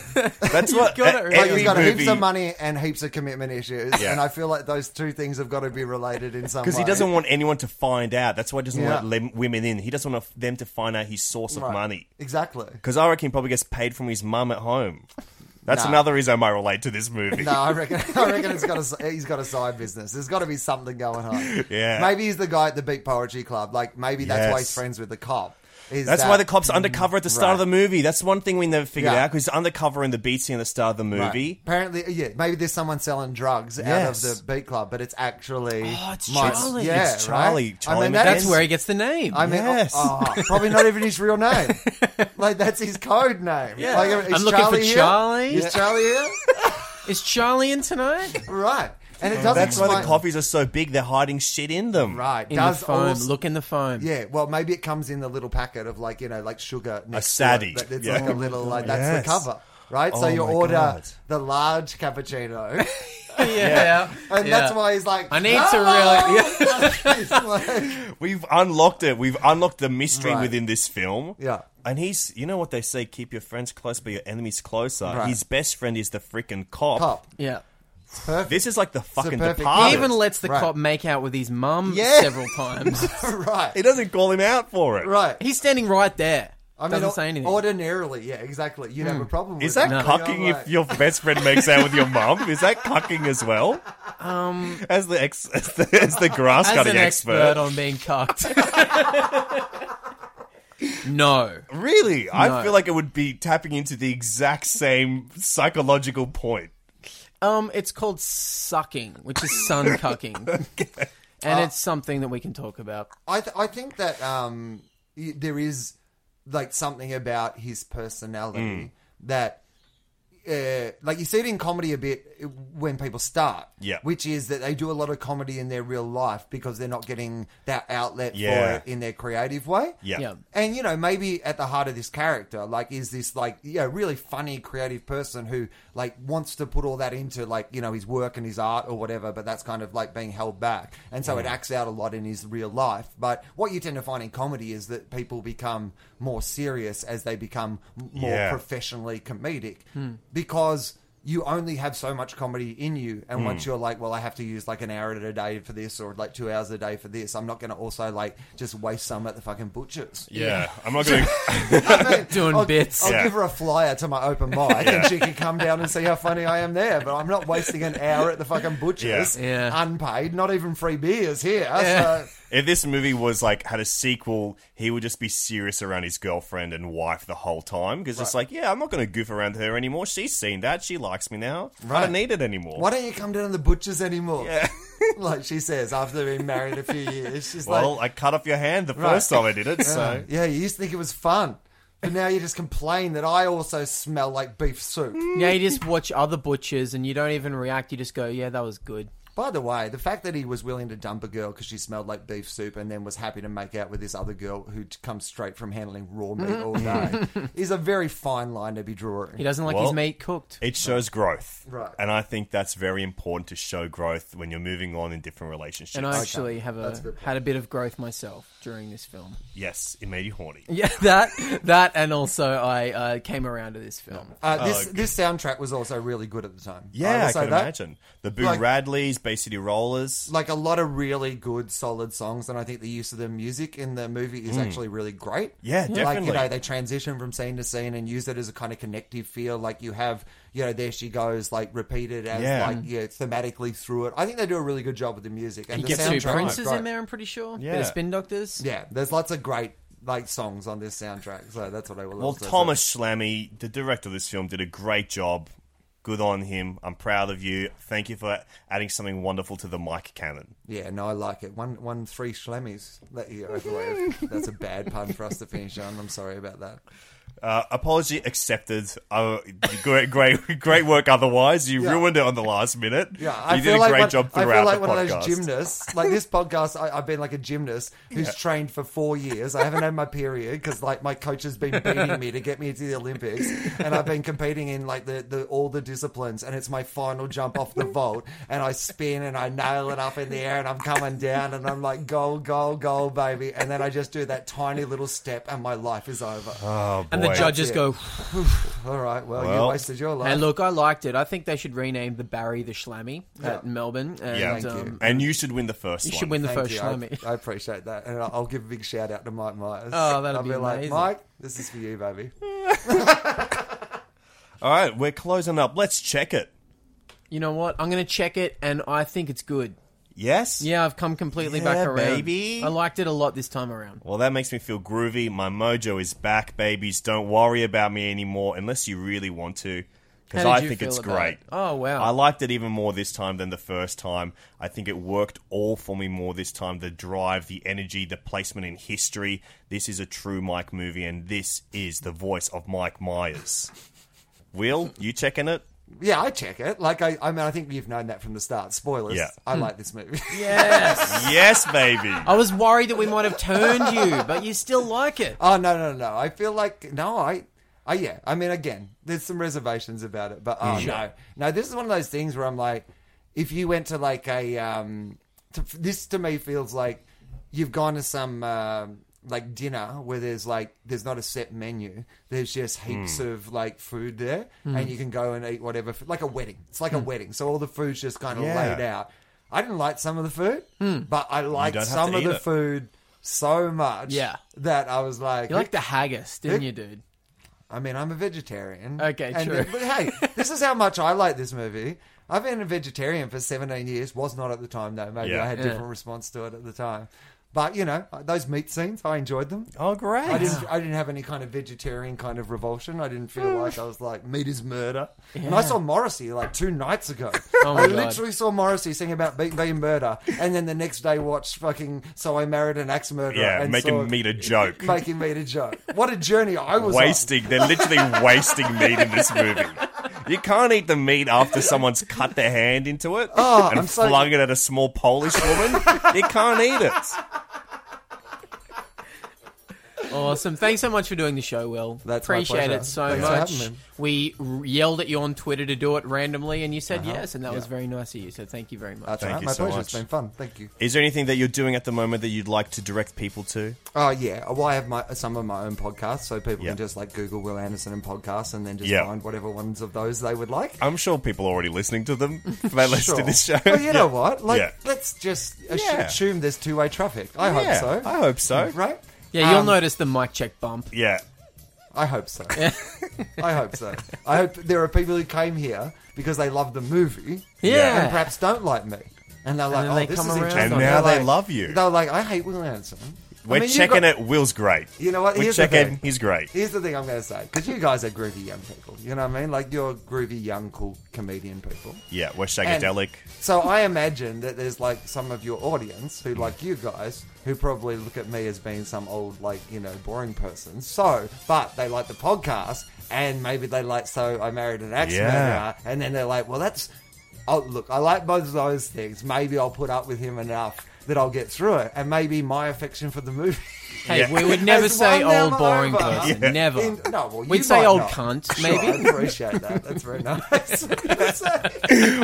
Speaker 3: That's what
Speaker 2: gotta-
Speaker 3: e-
Speaker 4: Like
Speaker 2: Like,
Speaker 3: every
Speaker 4: he's got
Speaker 3: movie,
Speaker 4: heaps of money and heaps of commitment issues,
Speaker 3: Yeah.
Speaker 4: and I feel like those two things have got to be related in some way.
Speaker 3: Because he doesn't want anyone to find out. That's why he doesn't
Speaker 4: Yeah.
Speaker 3: want lem- women in. He doesn't want them to find out his source of
Speaker 4: Right.
Speaker 3: money.
Speaker 4: exactly.
Speaker 3: Because I reckon he probably gets paid from his mum at home. That's
Speaker 4: Nah.
Speaker 3: another reason I might relate to this movie.
Speaker 4: No, I reckon. I reckon it's got a he's got a side business. There's got to be something going on.
Speaker 3: Yeah.
Speaker 4: Maybe he's the guy at the Beat Poetry Club. Like maybe that's why he's
Speaker 3: Yes.
Speaker 4: friends with the cop. Is
Speaker 3: That's
Speaker 4: that-
Speaker 3: why the cop's undercover at the start of the
Speaker 4: right.
Speaker 3: movie. That's one thing we never figured
Speaker 4: Yeah.
Speaker 3: out because he's undercover in the beat scene at the start of the
Speaker 4: Right.
Speaker 3: movie.
Speaker 4: Apparently, yeah, maybe there's someone selling drugs
Speaker 3: Yes.
Speaker 4: out of the beat club, but it's actually
Speaker 2: Oh, it's
Speaker 4: Mike's-
Speaker 2: Charlie.
Speaker 4: Yeah,
Speaker 3: It's Charlie.
Speaker 4: Right?
Speaker 3: Charlie
Speaker 4: I mean,
Speaker 2: that's
Speaker 3: Yes.
Speaker 2: where he gets the name.
Speaker 4: I mean,
Speaker 3: Yes.
Speaker 4: oh, oh, probably not even his real name. like that's his code name.
Speaker 2: Yeah.
Speaker 4: Like,
Speaker 2: I'm
Speaker 4: is
Speaker 2: looking for
Speaker 4: Charlie here?
Speaker 2: Charlie.
Speaker 4: Is Charlie here?
Speaker 2: Is Charlie in tonight?
Speaker 4: right, and it doesn't.
Speaker 3: That's why the
Speaker 4: explain-
Speaker 3: coffees are so big. They're hiding shit in them.
Speaker 4: Right,
Speaker 2: In
Speaker 4: does
Speaker 2: the foam.
Speaker 4: also-
Speaker 2: Look in the foam.
Speaker 4: Yeah, well, maybe it comes in the little packet of like you know, like sugar. Next to it,
Speaker 3: saddy.
Speaker 4: but It's
Speaker 3: Yeah.
Speaker 4: like a little like that's
Speaker 3: Yes.
Speaker 4: the cover, right? so
Speaker 3: Oh
Speaker 4: you
Speaker 3: my
Speaker 4: order
Speaker 3: God.
Speaker 4: the large cappuccino,
Speaker 2: yeah.
Speaker 4: and
Speaker 2: Yeah.
Speaker 4: that's why he's like,
Speaker 2: I need to really. Yeah.
Speaker 4: He's like-
Speaker 3: We've unlocked it. We've unlocked the mystery
Speaker 4: Right.
Speaker 3: within this film.
Speaker 4: Yeah.
Speaker 3: And he's, you know what they say, keep your friends close, but your enemies closer.
Speaker 4: Right.
Speaker 3: His best friend is the freaking cop.
Speaker 4: Pop.
Speaker 2: yeah.
Speaker 4: Perfect.
Speaker 3: This is like the fucking
Speaker 4: perfect-
Speaker 3: department.
Speaker 2: He even lets the
Speaker 4: Right.
Speaker 2: cop make out with his mum
Speaker 4: Yeah.
Speaker 2: several times.
Speaker 4: right.
Speaker 3: he doesn't call him out for it.
Speaker 4: right.
Speaker 2: He's standing right there.
Speaker 4: I mean,
Speaker 2: Doesn't
Speaker 4: o-
Speaker 2: say anything.
Speaker 4: ordinarily, yeah, exactly. You'd have a problem with
Speaker 3: Hmm. Is that
Speaker 4: it.
Speaker 3: cucking
Speaker 4: You're like-
Speaker 3: if your best friend makes out with your mum? Is that cucking as well? Um, as the ex, as the, as the grass
Speaker 2: As
Speaker 3: cutting
Speaker 2: an expert.
Speaker 3: expert,
Speaker 2: on being cucked. no.
Speaker 3: really, I
Speaker 2: No.
Speaker 3: feel like it would be tapping into the exact same psychological point.
Speaker 2: Um, it's called sucking, which is sun cucking. And it's something that we can talk about.
Speaker 4: I th- I think that um y- there is like something about his
Speaker 3: Mm.
Speaker 4: personality that uh, like you see it in comedy a bit uh, when people start,
Speaker 3: Yeah.
Speaker 4: which is that they do a lot of comedy in their real life because they're not getting that outlet
Speaker 3: Yeah.
Speaker 4: for it in their creative way.
Speaker 3: Yeah,
Speaker 2: Yeah.
Speaker 4: And you know, maybe at the heart of this character, like, is this like, yeah, really funny, creative person who like wants to put all that into like, you know, his work and his art or whatever, but that's kind of like being held back, and so it acts out a lot in his real life. But what you tend to find in comedy is that people become more serious as they become m- more
Speaker 3: Yeah.
Speaker 4: professionally comedic because. You only have so much comedy in you, and once you're like, well, I have to use like an hour at a day for this, or like two hours a day for this, I'm not going to also like just waste some at the fucking butchers.
Speaker 3: yeah. I'm not going. to...
Speaker 2: Doing
Speaker 4: I'll,
Speaker 2: bits.
Speaker 4: I'll
Speaker 3: Yeah.
Speaker 4: give her a flyer to my open mic, and she can come down and see how funny I am there. But I'm not wasting an hour at the fucking butchers,
Speaker 2: Yeah. Yeah.
Speaker 4: unpaid, not even free beers here. So,
Speaker 3: If this movie was like had a sequel, he would just be serious around his girlfriend and wife the whole time because it's like, yeah, I'm not going to goof around her anymore. She's seen that. She likes me now. I
Speaker 4: Right.
Speaker 3: don't need it anymore.
Speaker 4: why don't you come down to the butchers anymore? like she says after being married a few years, she's
Speaker 3: well,
Speaker 4: like,
Speaker 3: I cut off your hand the
Speaker 4: Right.
Speaker 3: first time I did it, so.
Speaker 4: yeah, you used to think it was fun, but now you just complain that I also smell like beef soup.
Speaker 2: Yeah, you just watch other butchers and you don't even react. You just go, yeah, that was good.
Speaker 4: By the way, the fact that he was willing to dump a girl because she smelled like beef soup and then was happy to make out with this other girl who t- comes straight from handling raw meat all day is a very fine line to be
Speaker 2: He
Speaker 4: drawing.
Speaker 2: doesn't like his
Speaker 3: Well-
Speaker 2: meat cooked.
Speaker 3: It shows growth.
Speaker 4: Right.
Speaker 3: And I think that's very important to show growth when you're moving on in different relationships.
Speaker 2: And I actually have
Speaker 4: That's a
Speaker 2: a
Speaker 4: good point.
Speaker 2: had a bit of growth myself during this film.
Speaker 3: yes, it made you horny.
Speaker 2: Yeah, that that, and also I uh, came around to this film.
Speaker 4: Uh, this this soundtrack was also really good at the time. will
Speaker 3: Oh, Yeah, I
Speaker 4: say
Speaker 3: can
Speaker 4: that.
Speaker 3: imagine. The Boo
Speaker 4: Like-
Speaker 3: Radleys, Bay City Rollers.
Speaker 4: Like a lot of really good, solid songs, and I think the use of the music in the movie is actually really great.
Speaker 3: Hmm. Yeah,
Speaker 4: Like you
Speaker 3: definitely.
Speaker 4: know, they transition from scene to scene and use it as a kind of connective feel. Like you have, you know, there she goes, like repeated as
Speaker 3: Yeah.
Speaker 4: like yeah, thematically through it. I think they do a really good job with the music and
Speaker 2: He
Speaker 4: the
Speaker 2: gets
Speaker 4: soundtrack
Speaker 2: two
Speaker 4: is
Speaker 2: princes
Speaker 4: great.
Speaker 2: in there, I'm pretty sure. Yeah.
Speaker 3: Yeah.
Speaker 2: Bit of Spin Doctors.
Speaker 4: Yeah, there's lots of great like songs on this soundtrack, so that's what I will.
Speaker 3: well,
Speaker 4: also say.
Speaker 3: Thomas Schlammy, the director of this film, did a great job. Good on him. I'm proud of you. Thank you for adding something wonderful to the Mike canon.
Speaker 4: Yeah, no, I like it. One, one, three schlemmies. That you overwave. That's a bad pun for us to finish on. I'm sorry about that.
Speaker 3: Uh, apology accepted. Uh, great, great, great work. Otherwise, you
Speaker 4: Yeah.
Speaker 3: ruined it on the last minute.
Speaker 4: Yeah, I
Speaker 3: you
Speaker 4: feel
Speaker 3: did a
Speaker 4: like
Speaker 3: great
Speaker 4: one-
Speaker 3: job
Speaker 4: I
Speaker 3: throughout
Speaker 4: feel like
Speaker 3: the
Speaker 4: one
Speaker 3: podcast.
Speaker 4: of those gymnasts. Like this podcast, I, I've been like a gymnast who's trained for four years. I haven't had my period because like my coach has been beating me to get me to the Olympics, and I've been competing in like the, the all the disciplines. And it's my final jump off the vault, and I spin and I nail it up in the air, and I'm coming down, and I'm like goal, goal, goal, baby. And then I just do that tiny little step, and my life is over.
Speaker 3: Oh, boy.
Speaker 2: And the judges
Speaker 4: it.
Speaker 2: go,
Speaker 4: all right, well,
Speaker 3: Well.
Speaker 4: you wasted your life.
Speaker 2: hey, look, I liked it. I think they should rename the Barry the Schlammy at
Speaker 4: Yeah.
Speaker 2: Melbourne. And,
Speaker 3: Yeah,
Speaker 4: Thank you.
Speaker 2: um,
Speaker 3: and you should win the first
Speaker 2: you
Speaker 3: one.
Speaker 2: should win the
Speaker 4: Thank
Speaker 2: first
Speaker 4: you.
Speaker 2: Schlammy.
Speaker 4: I, I appreciate that, and I'll, I'll give a big shout out to Mike Myers.
Speaker 2: Oh, that'd
Speaker 4: I'll
Speaker 2: be
Speaker 4: like,
Speaker 2: amazing.
Speaker 4: Mike, this is for you, baby.
Speaker 3: All right, we're closing up. Let's check it.
Speaker 2: You know what? I'm going to check it, and I think it's good.
Speaker 3: Yes?
Speaker 2: Yeah, I've come completely
Speaker 3: Yeah,
Speaker 2: back around.
Speaker 3: baby.
Speaker 2: I liked it a lot this time around.
Speaker 3: Well, that makes me feel groovy. My mojo is back, babies. Don't worry about me anymore unless you really want to. Because
Speaker 2: How did
Speaker 3: I
Speaker 2: you
Speaker 3: think
Speaker 2: feel
Speaker 3: it's
Speaker 2: about
Speaker 3: great.
Speaker 2: it? Oh, wow.
Speaker 3: I liked it even more this time than the first time. I think it worked all for me more this time. The drive, the energy, the placement in history. This is a true Mike movie, and this is the voice of Mike Myers. Will, you checking it?
Speaker 4: Yeah, I check it. Like, I, I mean, I think you've known that from the start. Spoilers.
Speaker 3: Yeah.
Speaker 4: I
Speaker 2: Hmm.
Speaker 4: like this movie.
Speaker 2: Yes.
Speaker 3: Yes, baby.
Speaker 2: I was worried that we might have turned you, but you still like it.
Speaker 4: oh no, no, no! I feel like no, I. I yeah, I mean, again, there's some reservations about it, but oh no, no, this is one of those things where I'm like, if you went to like a, um, to, this to me feels like you've gone to some um, like dinner where there's like there's not a set menu, there's just heaps
Speaker 3: Hmm.
Speaker 4: of like food there, and you can go and eat whatever, f- like a wedding. It's like a wedding, so all the food's just kind of
Speaker 3: Hmm. Yeah. Hmm.
Speaker 4: laid out. I didn't like some of the food, but I liked
Speaker 3: don't have
Speaker 4: some
Speaker 3: to
Speaker 4: of
Speaker 3: eat
Speaker 4: the
Speaker 3: it.
Speaker 4: food so much
Speaker 2: Yeah.
Speaker 4: that I was like,
Speaker 2: You liked the haggis, didn't you, dude?
Speaker 4: I mean, I'm a vegetarian.
Speaker 2: Okay,
Speaker 4: And-
Speaker 2: true.
Speaker 4: But hey, this is how much I like this movie. I've been a vegetarian for 17 years. Was not at the time, though. Maybe
Speaker 3: Yeah.
Speaker 4: I had
Speaker 2: Yeah.
Speaker 4: different response to it at the time. But, you know, those meat scenes, I enjoyed them.
Speaker 3: Oh, great.
Speaker 4: I didn't, I didn't have any kind of vegetarian kind of revulsion. I didn't feel like I was like, meat is murder. And I saw Morrissey like two nights ago.
Speaker 2: Oh my
Speaker 4: I
Speaker 2: God.
Speaker 4: literally saw Morrissey sing about be- being murder. And then the next day watched fucking So I Married an Axe Murderer.
Speaker 3: yeah,
Speaker 4: and
Speaker 3: making
Speaker 4: saw-
Speaker 3: meat a joke.
Speaker 4: Making meat a joke. What a journey I was on.
Speaker 3: wasting. They're literally wasting meat in this movie. You can't eat the meat after someone's cut their hand into it and
Speaker 4: Oh, I'm so-
Speaker 3: flung it at a small Polish woman. you can't eat it.
Speaker 2: Awesome. Thanks so much for doing the show, Will.
Speaker 4: That's my
Speaker 2: Appreciate
Speaker 4: pleasure.
Speaker 2: it so
Speaker 4: Thanks for
Speaker 2: much.
Speaker 4: having me.
Speaker 2: we r- yelled at you on Twitter to do it randomly, and you said
Speaker 4: Uh-huh.
Speaker 2: yes, and that was very nice of you. So thank you very much.
Speaker 4: That's
Speaker 3: Thank
Speaker 4: all right.
Speaker 3: you
Speaker 4: My
Speaker 3: so
Speaker 4: pleasure.
Speaker 3: much.
Speaker 4: It's been fun. Thank you.
Speaker 3: Is there anything that you're doing at the moment that you'd like to direct people to?
Speaker 4: Oh yeah. Well, I have my some of my own podcasts, so people
Speaker 3: Yeah.
Speaker 4: can just like Google Will Anderson and podcasts, and then just
Speaker 3: Yeah.
Speaker 4: find whatever ones of those they would like.
Speaker 3: I'm sure people are already listening to them. If they listen to this show,
Speaker 4: Well, you know
Speaker 3: Yeah.
Speaker 4: what? Like,
Speaker 3: Yeah.
Speaker 4: let's just assu-
Speaker 3: Yeah.
Speaker 4: assume there's two way traffic. I
Speaker 3: Yeah,
Speaker 4: hope so.
Speaker 3: I hope so.
Speaker 4: Right?
Speaker 2: yeah, you'll
Speaker 4: Um,
Speaker 2: notice the mic check bump.
Speaker 3: Yeah,
Speaker 4: I hope so. I hope so. I hope there are people who came here because they love the movie,
Speaker 2: Yeah.
Speaker 4: and perhaps don't like me. And they're like,
Speaker 2: then
Speaker 4: oh,
Speaker 2: they
Speaker 4: this
Speaker 2: come
Speaker 4: is
Speaker 2: around.
Speaker 4: interesting.
Speaker 2: And
Speaker 3: now
Speaker 4: They're
Speaker 3: they
Speaker 4: like-
Speaker 3: love you.
Speaker 4: They're like, I hate Will Anderson. I
Speaker 3: we're
Speaker 4: mean, you
Speaker 3: checking
Speaker 4: got-
Speaker 3: it. Will's great.
Speaker 4: You know what?
Speaker 3: We're
Speaker 4: Here's the
Speaker 3: checking.
Speaker 4: thing.
Speaker 3: He's great.
Speaker 4: Here's the thing I'm going to say because you guys are groovy young people. You know what I mean? Like you're groovy young cool comedian people.
Speaker 3: Yeah, we're
Speaker 4: And
Speaker 3: shagadelic.
Speaker 4: So I imagine that there's like some of your audience who like you guys who probably look at me as being some old like you know boring person. So, but they like the podcast and maybe they like so I married an axe
Speaker 3: Yeah.
Speaker 4: murderer and then they're like, well that's oh look I like both of those things. Maybe I'll put up with him enough that I'll get through it and maybe my affection for the movie.
Speaker 2: Hey,
Speaker 3: Yeah.
Speaker 2: we would never
Speaker 4: Has
Speaker 2: say
Speaker 4: won them
Speaker 2: old boring
Speaker 4: over.
Speaker 2: person.
Speaker 3: Yeah.
Speaker 2: Never.
Speaker 4: In- no, well, you
Speaker 2: We'd say
Speaker 4: might
Speaker 2: old
Speaker 4: not.
Speaker 2: cunt,
Speaker 4: Sure,
Speaker 2: maybe.
Speaker 4: I appreciate that. That's very nice.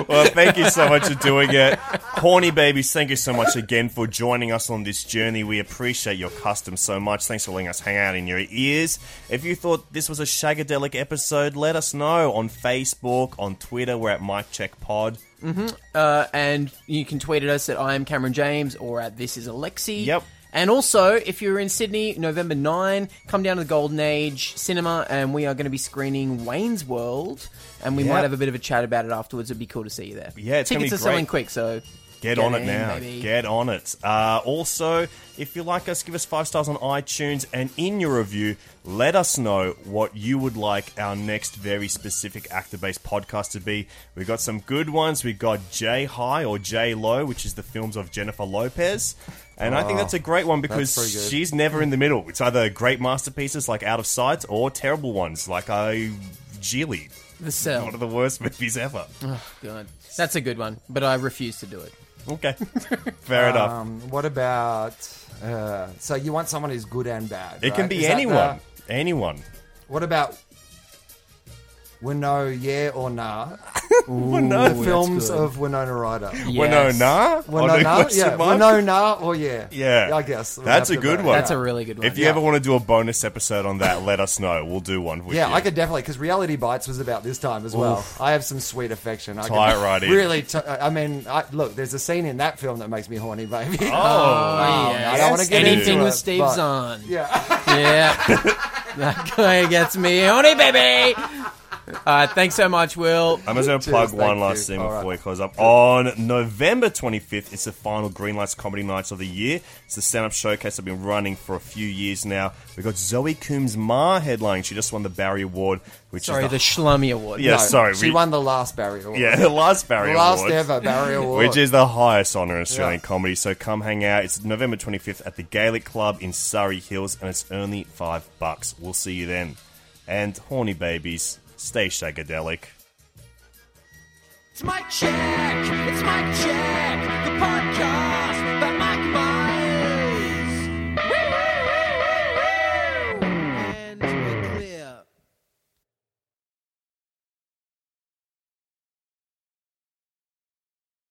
Speaker 3: well, thank you so much for doing it. Horny babies, thank you so much again for joining us on this journey. We appreciate your custom so much. Thanks for letting us hang out in your ears. If you thought this was a shagadelic episode, let us know on Facebook, on Twitter. We're at Mike Check Pod.
Speaker 2: Uh, and you can tweet at us at I am Cameron James or at This is Alexi.
Speaker 3: Yep.
Speaker 2: And also, if you're in Sydney, November 9, come down to the Golden Age Cinema and we are going to be screening Wayne's World. And we
Speaker 3: Yep.
Speaker 2: might have a bit of a chat about it afterwards. It'd be cool to see you there.
Speaker 3: Yeah, it's gonna
Speaker 2: Tickets
Speaker 3: be
Speaker 2: are selling
Speaker 3: great.
Speaker 2: quick, so
Speaker 3: Get,
Speaker 2: Get
Speaker 3: on it
Speaker 2: in,
Speaker 3: now.
Speaker 2: baby.
Speaker 3: Get on it. Uh, also, if you like us, give us five stars on iTunes and in your review, let us know what you would like our next very specific actor based podcast to be. We got some good ones. We got J High or J Low, which is the films of Jennifer Lopez. And I think that's a great
Speaker 4: Ah,
Speaker 3: one
Speaker 4: pretty good.
Speaker 3: because she's never in the middle. It's either great masterpieces like Out of Sight or terrible ones like I Geely.
Speaker 2: The Cell.
Speaker 3: One of the worst movies ever.
Speaker 2: God. That's a good one, but I refuse to do it.
Speaker 3: Okay. Fair enough.
Speaker 4: Um, what about? Uh, so you want someone who's good and bad?
Speaker 3: It can
Speaker 4: right?
Speaker 3: be
Speaker 4: Is that
Speaker 3: anyone. Anyone.
Speaker 4: the- what about? Winno, yeah or nah?
Speaker 3: Winona.
Speaker 4: the films of Winona Ryder.
Speaker 3: Winona? On the
Speaker 4: Winona,
Speaker 3: question
Speaker 4: yeah.
Speaker 3: mark?
Speaker 4: Winona or yeah,
Speaker 3: Yeah.
Speaker 4: I guess we'll
Speaker 3: That's
Speaker 4: have
Speaker 3: a
Speaker 4: to
Speaker 3: good
Speaker 4: vote.
Speaker 3: one.
Speaker 2: That's a really good one.
Speaker 3: If you ever want to do a bonus episode on that, let us know. We'll do one with
Speaker 4: Yeah,
Speaker 3: you.
Speaker 4: I could definitely because Reality Bites was about this time as well. I have some sweet affection. I
Speaker 3: Tie
Speaker 4: could
Speaker 3: it right in.
Speaker 4: Really, t- I mean, I, look, there's a scene in that film that makes me horny, baby. Um,
Speaker 3: Oh,
Speaker 4: I don't want to get
Speaker 2: Anything
Speaker 4: into
Speaker 2: with
Speaker 4: it,
Speaker 2: Steve
Speaker 4: but-
Speaker 2: Zahn.
Speaker 4: Yeah,
Speaker 2: Yeah. that guy gets me horny, baby. Uh, thanks so much, Will.
Speaker 3: I'm just going to plug
Speaker 4: Cheers,
Speaker 3: one
Speaker 4: thank
Speaker 3: last
Speaker 4: you.
Speaker 3: thing
Speaker 4: All
Speaker 3: before
Speaker 4: right.
Speaker 3: we close up. On November 25th, it's the final Greenlights Comedy Nights of the year. It's the stand up showcase I've been running for a few years now. We've got Zoe Coombs Ma headlining. She just won the Barry Award, which
Speaker 2: Sorry,
Speaker 3: is
Speaker 2: the
Speaker 3: the.
Speaker 2: Schlummy Award.
Speaker 3: yeah, sorry.
Speaker 4: she
Speaker 3: we-
Speaker 4: won the last Barry Award.
Speaker 3: Yeah, the last Barry
Speaker 4: last
Speaker 3: Award.
Speaker 4: ever Barry Award.
Speaker 3: Which is the highest honour in Australian
Speaker 4: Yeah.
Speaker 3: comedy. So come hang out. It's November 25th at the Gaelic Club in Surrey Hills, and it's only five bucks. We'll see you then. And horny babies, stay shagadelic.
Speaker 5: It's my check. It's my check. The podcast.